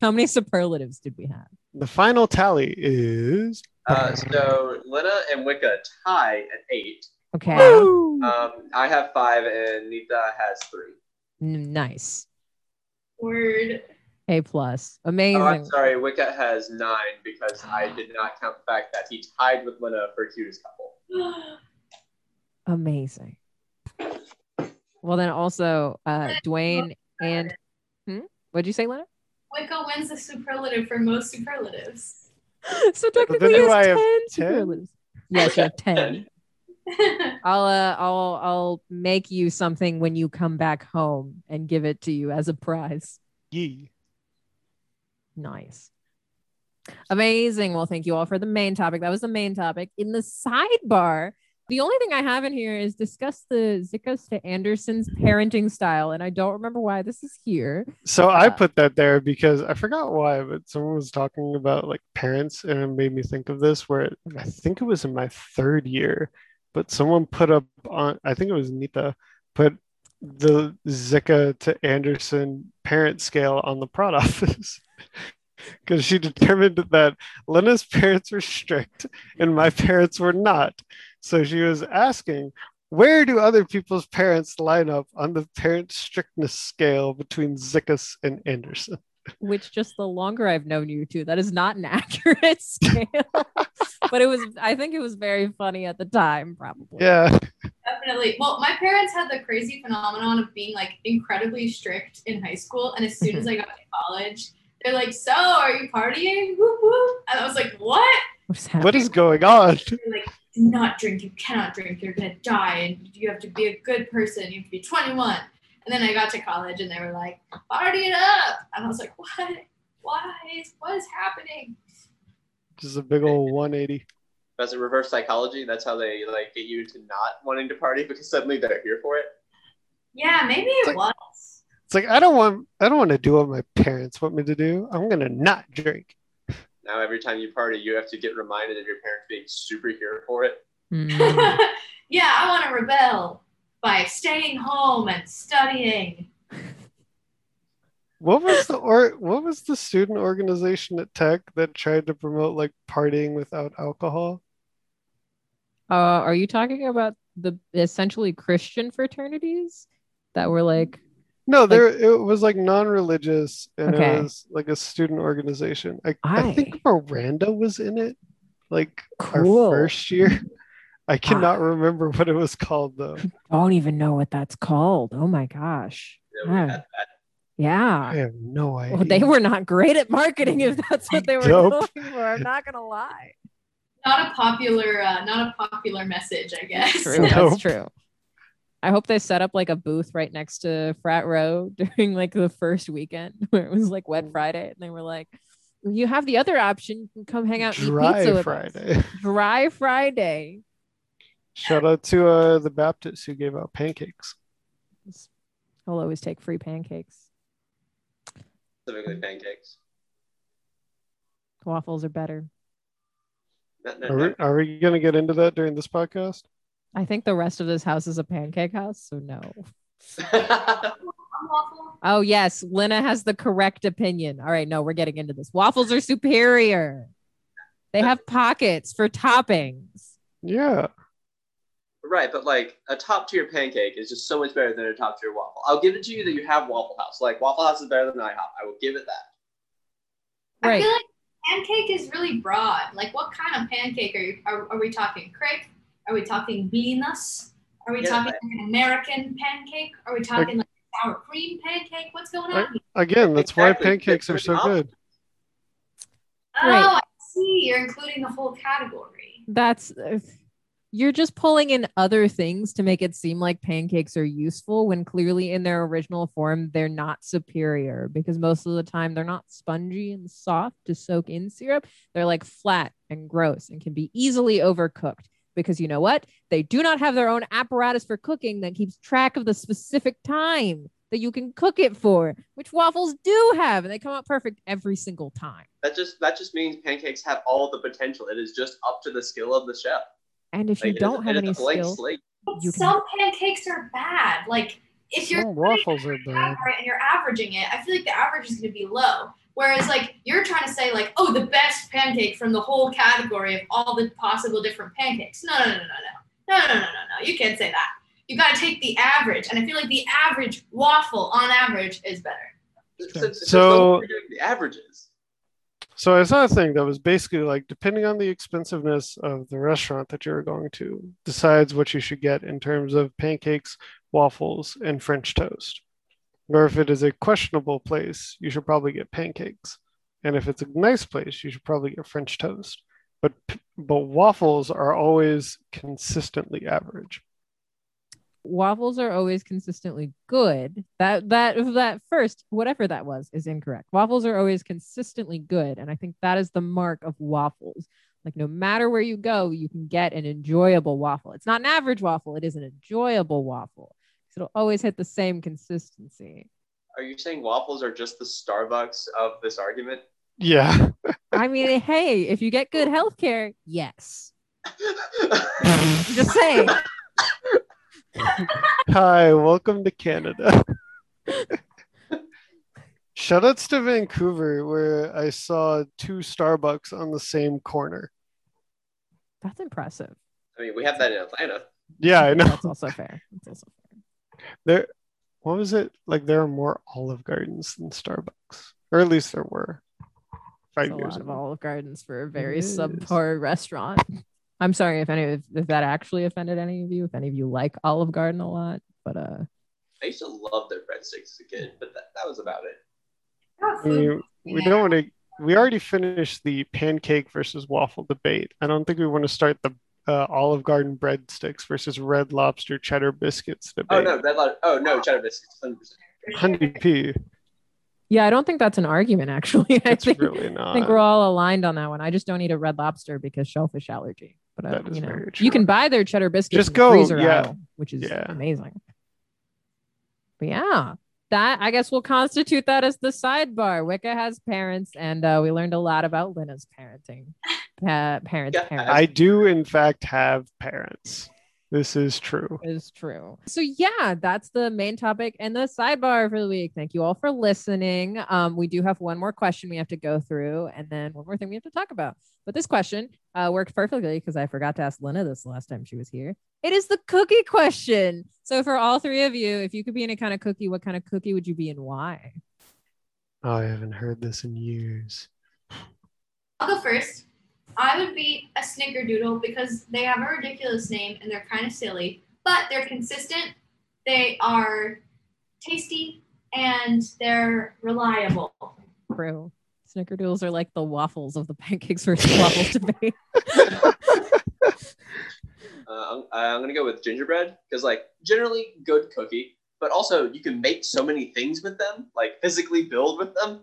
Speaker 1: How many superlatives did we have?
Speaker 2: The final tally is
Speaker 6: Uh, so Lena and Wicca tie at eight.
Speaker 1: Okay.
Speaker 2: Woo!
Speaker 6: Um, I have five, and Nita has three.
Speaker 1: N- Nice.
Speaker 3: Word.
Speaker 1: A plus.
Speaker 6: Oh,
Speaker 1: Amazing.
Speaker 6: I'm sorry, Wicca has nine because I did not count the fact that he tied with Lena for cutest couple.
Speaker 1: Amazing. Well, then also, uh, Dwayne and hmm? what'd you say, Lena?
Speaker 3: Wicca wins the superlative for most superlatives.
Speaker 1: so technically,
Speaker 2: do
Speaker 1: it's
Speaker 2: I
Speaker 1: ten
Speaker 2: have 10?
Speaker 1: superlatives. Yes, you have ten.
Speaker 3: Wait,
Speaker 1: I'll uh, I'll I'll make you something when you come back home and give it to you as a prize.
Speaker 2: Yee.
Speaker 1: Nice. Amazing. Well, thank you all for the main topic. That was the main topic. In the sidebar, the only thing I have in here is discuss the Zickas to Anderson's parenting style. And I don't remember why this is here.
Speaker 2: So I
Speaker 1: Uh,
Speaker 2: put that there because I forgot why, but someone was talking about like parents and it made me think of this where I think it was in my third year, but someone put up on I think it was Nita put the Zika to Anderson parent scale on the prod office. Because she determined that Lena's parents were strict and my parents were not. So she was asking, where do other people's parents line up on the parent strictness scale between Zickus and Anderson?
Speaker 1: which just the longer I've known you two, that is not an accurate scale. but it was, I think it was very funny at the time, probably.
Speaker 2: Yeah,
Speaker 3: Definitely. Well, my parents had the crazy phenomenon of being like incredibly strict in high school, and as soon as I got to college, they're like, "So, are you partying?" Whoop, whoop. And I was like, "What?"
Speaker 1: What's
Speaker 2: what
Speaker 1: happening?
Speaker 2: is going on?
Speaker 3: They're like, "Do not drink. You cannot drink. You're gonna die, and you have to be a good person. You have to be 21." And then I got to college, and they were like, "Party it up!" And I was like, "What? Why? Is, what is happening?"
Speaker 2: Just a big old 180.
Speaker 6: That's a reverse psychology. That's how they like get you to not wanting to party because suddenly they're here for it.
Speaker 3: Yeah, maybe it
Speaker 2: like-
Speaker 3: was.
Speaker 2: It's like I don't want I don't want to do what my parents want me to do. I'm gonna not drink.
Speaker 6: Now every time you party, you have to get reminded of your parents being super here for it.
Speaker 1: Mm.
Speaker 3: yeah, I want to rebel by staying home and studying.
Speaker 2: What was the or what was the student organization at Tech that tried to promote like partying without alcohol?
Speaker 1: Uh, are you talking about the essentially Christian fraternities that were like,
Speaker 2: No, there it was like non-religious and
Speaker 1: Okay.
Speaker 2: it was like a student organization. I, I
Speaker 1: I-
Speaker 2: think Miranda was in it, like
Speaker 1: Cool.
Speaker 2: our first year. I cannot remember what it was called though.
Speaker 1: Don't even know what that's called. Oh my gosh.
Speaker 6: Yeah, we
Speaker 2: Hmm.
Speaker 6: had
Speaker 1: Ah,
Speaker 6: that.
Speaker 1: yeah.
Speaker 2: I have no idea.
Speaker 1: Well, they were not great at marketing if that's what they were
Speaker 2: Dope.
Speaker 1: going for. I'm not gonna lie.
Speaker 3: Not a popular, uh, not a popular message, I guess.
Speaker 1: True.
Speaker 2: Nope.
Speaker 1: That's true. I hope they set up like a booth right next to Frat Row during like the first weekend where it was like Wet Friday, and they were like, "You have the other option. You can come hang out and eat
Speaker 2: Dry
Speaker 1: pizza with us."
Speaker 2: Friday.
Speaker 1: Dry Friday.
Speaker 2: Shout out to uh, the Baptists who gave out pancakes.
Speaker 1: I'll always take free pancakes.
Speaker 6: Specifically pancakes.
Speaker 1: Waffles are better.
Speaker 6: Not- not-
Speaker 2: Are we, are we going to get into that during this podcast?
Speaker 1: I think the rest of this house is a pancake house, so no.
Speaker 6: not-
Speaker 3: I'm awful.
Speaker 1: Oh yes, Lena has the correct opinion. All right, no, we're getting into this. Waffles are superior. They have pockets for toppings.
Speaker 2: Yeah.
Speaker 6: right, but like a top tier pancake is just so much better than a top tier waffle. I'll give it to you that you have Waffle House. Like Waffle House is better than IHOP. I will give it that.
Speaker 3: I
Speaker 1: Right.
Speaker 3: feel like pancake is really broad. Like, what kind of pancake are you? Are, are we talking crepe? Are we talking beanus? Are we
Speaker 6: Yeah,
Speaker 3: talking like an American pancake? Are we talking like sour cream pancake? What's going on? here?
Speaker 2: Again, that's why
Speaker 6: Exactly.
Speaker 2: pancakes are so good.
Speaker 1: Right.
Speaker 3: Oh, I see. You're including the whole category.
Speaker 1: That's you're just pulling in other things to make it seem like pancakes are useful when clearly in their original form they're not superior because most of the time they're not spongy and soft to soak in syrup. They're like flat and gross and can be easily overcooked because you know what? They do not have their own apparatus for cooking that keeps track of the specific time that you can cook it for, which waffles do have and they come out perfect every single time.
Speaker 6: That just that just means pancakes have all the potential. It is just up to the skill of the chef.
Speaker 1: And if
Speaker 6: Like,
Speaker 1: you
Speaker 6: it is-
Speaker 1: don't
Speaker 6: it
Speaker 1: have
Speaker 6: is
Speaker 1: any
Speaker 6: a blank
Speaker 1: skill,
Speaker 6: slate.
Speaker 3: But
Speaker 1: You can-
Speaker 3: some pancakes are bad. Like, if you're
Speaker 2: Some Oh, waffles are bad.
Speaker 3: average and you're averaging it, I feel like the average is going to be low. Whereas, like, you're trying to say, like, oh, the best pancake from the whole category of all the possible different pancakes. No, no, no, no, no. No, no, no, no, no. You can't say that. You got to take the average. And I feel like the average waffle on average is better.
Speaker 6: Since- since
Speaker 2: So-
Speaker 6: we're doing the averages.
Speaker 2: So I saw a thing that was basically like depending on the expensiveness of the restaurant that you're going to decides what you should get in terms of pancakes, waffles, and French toast. Or if it is a questionable place, you should probably get pancakes. And if it's a nice place, you should probably get French toast. But p- but waffles are always consistently average.
Speaker 1: waffles are always consistently good. That that that first whatever that was is incorrect. Waffles are always consistently good, and I think that is the mark of waffles. Like no matter where you go, you can get an enjoyable waffle. It's not an average waffle; it is an enjoyable waffle. So it'll always hit the same consistency.
Speaker 6: Are you saying waffles are just the Starbucks of this argument?
Speaker 2: Yeah.
Speaker 1: I mean, hey, if you get good health care, yes. I'm just saying.
Speaker 2: Hi, welcome to Canada. Shoutouts to Vancouver, where I saw two Starbucks on the same corner.
Speaker 1: That's impressive.
Speaker 6: I mean, we have that in Atlanta.
Speaker 2: Yeah, I know.
Speaker 1: That's also fair. That's also fair.
Speaker 2: There, what was it? Like there are more Olive Gardens than Starbucks, or at least there were five
Speaker 1: It's a
Speaker 2: years
Speaker 1: lot of
Speaker 2: ago.
Speaker 1: Olive Gardens for a very
Speaker 2: It is.
Speaker 1: subpar restaurant. I'm sorry if any if, if that actually offended any of you. If any of you like Olive Garden a lot, but uh,
Speaker 6: I used to love their breadsticks as a kid, but that, that was about it.
Speaker 3: Not
Speaker 2: I
Speaker 3: food.
Speaker 2: mean, Mm, we don't want to. We already finished the pancake versus waffle debate. I don't think we want to start the uh, Olive Garden breadsticks versus Red Lobster cheddar biscuits debate.
Speaker 6: Oh no, red lobster. Oh no, cheddar biscuits, hundred percent.
Speaker 2: Honey pea.
Speaker 1: yeah, I don't think that's an argument. Actually, I
Speaker 2: It's
Speaker 1: think
Speaker 2: really
Speaker 1: I
Speaker 2: not.
Speaker 1: think we're all aligned on that one. I just don't eat a Red Lobster because shellfish allergy. But I,
Speaker 2: That is
Speaker 1: you know,
Speaker 2: very
Speaker 1: you
Speaker 2: true.
Speaker 1: can buy their cheddar biscuits
Speaker 2: Just
Speaker 1: in the
Speaker 2: go,
Speaker 1: freezer
Speaker 2: yeah.
Speaker 1: aisle, which is
Speaker 2: Yeah.
Speaker 1: amazing. But yeah, that I guess we'll constitute that as the sidebar. Wicca has parents, and uh, we learned a lot about Lina's parenting. Pa- parents,
Speaker 6: Yeah,
Speaker 1: parents.
Speaker 2: I do, in fact, have parents. This is true.
Speaker 1: is true. So yeah, that's the main topic and the sidebar for the week. Thank you all for listening. Um, we do have one more question we have to go through, and then one more thing we have to talk about. But this question uh, worked perfectly because I forgot to ask Lena this last time she was here. It is the cookie question. So for all three of you, if you could be any kind of cookie, what kind of cookie would you be and why?
Speaker 2: Oh, I haven't heard this in years.
Speaker 3: I'll go first. I would be a snickerdoodle because they have a ridiculous name and they're kind of silly, but they're consistent, they are tasty, and they're reliable.
Speaker 1: True. Snickerdoodles are like the waffles of the pancakes versus waffles debate.
Speaker 6: Uh, I'm, I'm gonna go with gingerbread because, like, generally good cookie, but also you can make so many things with them, like physically build with them.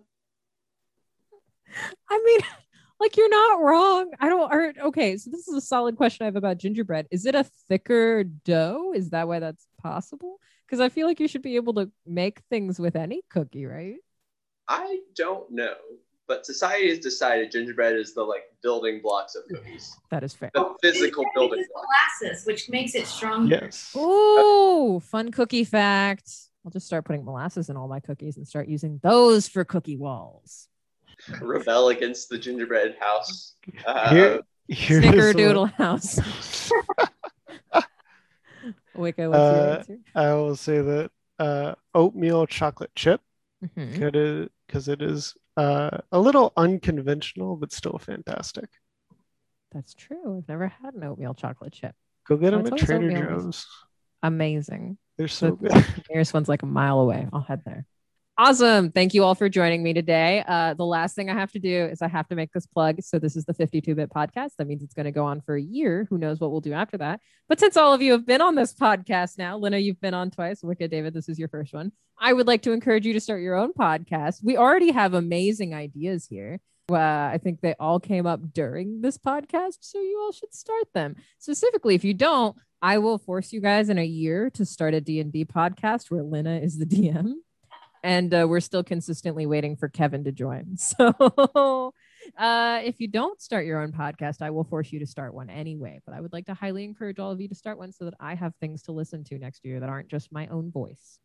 Speaker 1: I mean, like you're not wrong. I don't. Or, okay, so this is a solid question I have about gingerbread. Is it a thicker dough? Is that why that's possible? Because I feel like you should be able to make things with any cookie, right?
Speaker 6: I don't know, but society has decided gingerbread is the like building blocks of cookies,
Speaker 1: That is fair.
Speaker 6: the physical building
Speaker 3: It's
Speaker 6: blocks.
Speaker 3: molasses, which makes it stronger.
Speaker 2: Yes.
Speaker 1: Ooh, fun cookie fact. I'll just start putting molasses in all my cookies and start using those for cookie walls.
Speaker 6: Rebel against the gingerbread house. Uh,
Speaker 2: Here- Here is what-
Speaker 1: Snickerdoodle house. Wicca, what's your
Speaker 2: Uh,
Speaker 1: answer?
Speaker 2: I will say that uh, oatmeal chocolate chip
Speaker 1: Mhm.
Speaker 2: because it is uh, a little unconventional, but still fantastic.
Speaker 1: That's true. I've never had an oatmeal chocolate chip.
Speaker 2: Go get
Speaker 1: Oh,
Speaker 2: them
Speaker 1: it's
Speaker 2: at
Speaker 1: always
Speaker 2: Trader
Speaker 1: oatmeal.
Speaker 2: Joe's.
Speaker 1: Amazing.
Speaker 2: They're so
Speaker 1: The-
Speaker 2: good.
Speaker 1: Nearest one's like a mile away. I'll head there. Awesome. Thank you all for joining me today. Uh, the last thing I have to do is I have to make this plug. So, this is the 52 bit podcast. That means it's going to go on for a year. Who knows what we'll do after that? But since all of you have been on this podcast now, Lena, you've been on twice. Wicca, David, this is your first one. I would like to encourage you to start your own podcast. We already have amazing ideas here. Uh, I think they all came up during this podcast. So, you all should start them. Specifically, if you don't, I will force you guys in a year to start a D&D podcast where Lena is the DM and uh, we're still consistently waiting for Kevin to join. So uh, if you don't start your own podcast, I will force you to start one anyway, but I would like to highly encourage all of you to start one so that I have things to listen to next year that aren't just my own voice.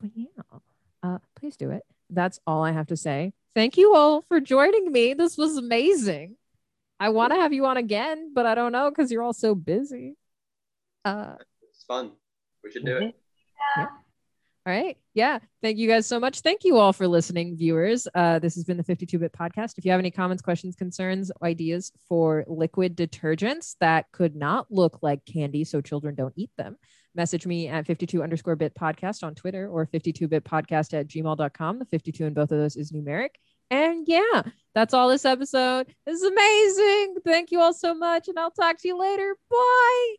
Speaker 1: But yeah, uh, please do it. That's all I have to say. Thank you all for joining me. This was amazing. I want to have you on again, but I don't know because you're all so busy. Uh,
Speaker 6: It's fun. We should do it.
Speaker 1: all right. Yeah. Thank you guys so much. Thank you all for listening, viewers. Uh, this has been the 52 bit podcast. If you have any comments, questions, concerns, ideas for liquid detergents that could not look like candy so children don't eat them, message me at 52 underscore bit podcast on Twitter or 52 bit podcast at gmail.com. The 52 in both of those is numeric. And yeah, that's all this episode. This is amazing. Thank you all so much. And I'll talk to you later. Bye.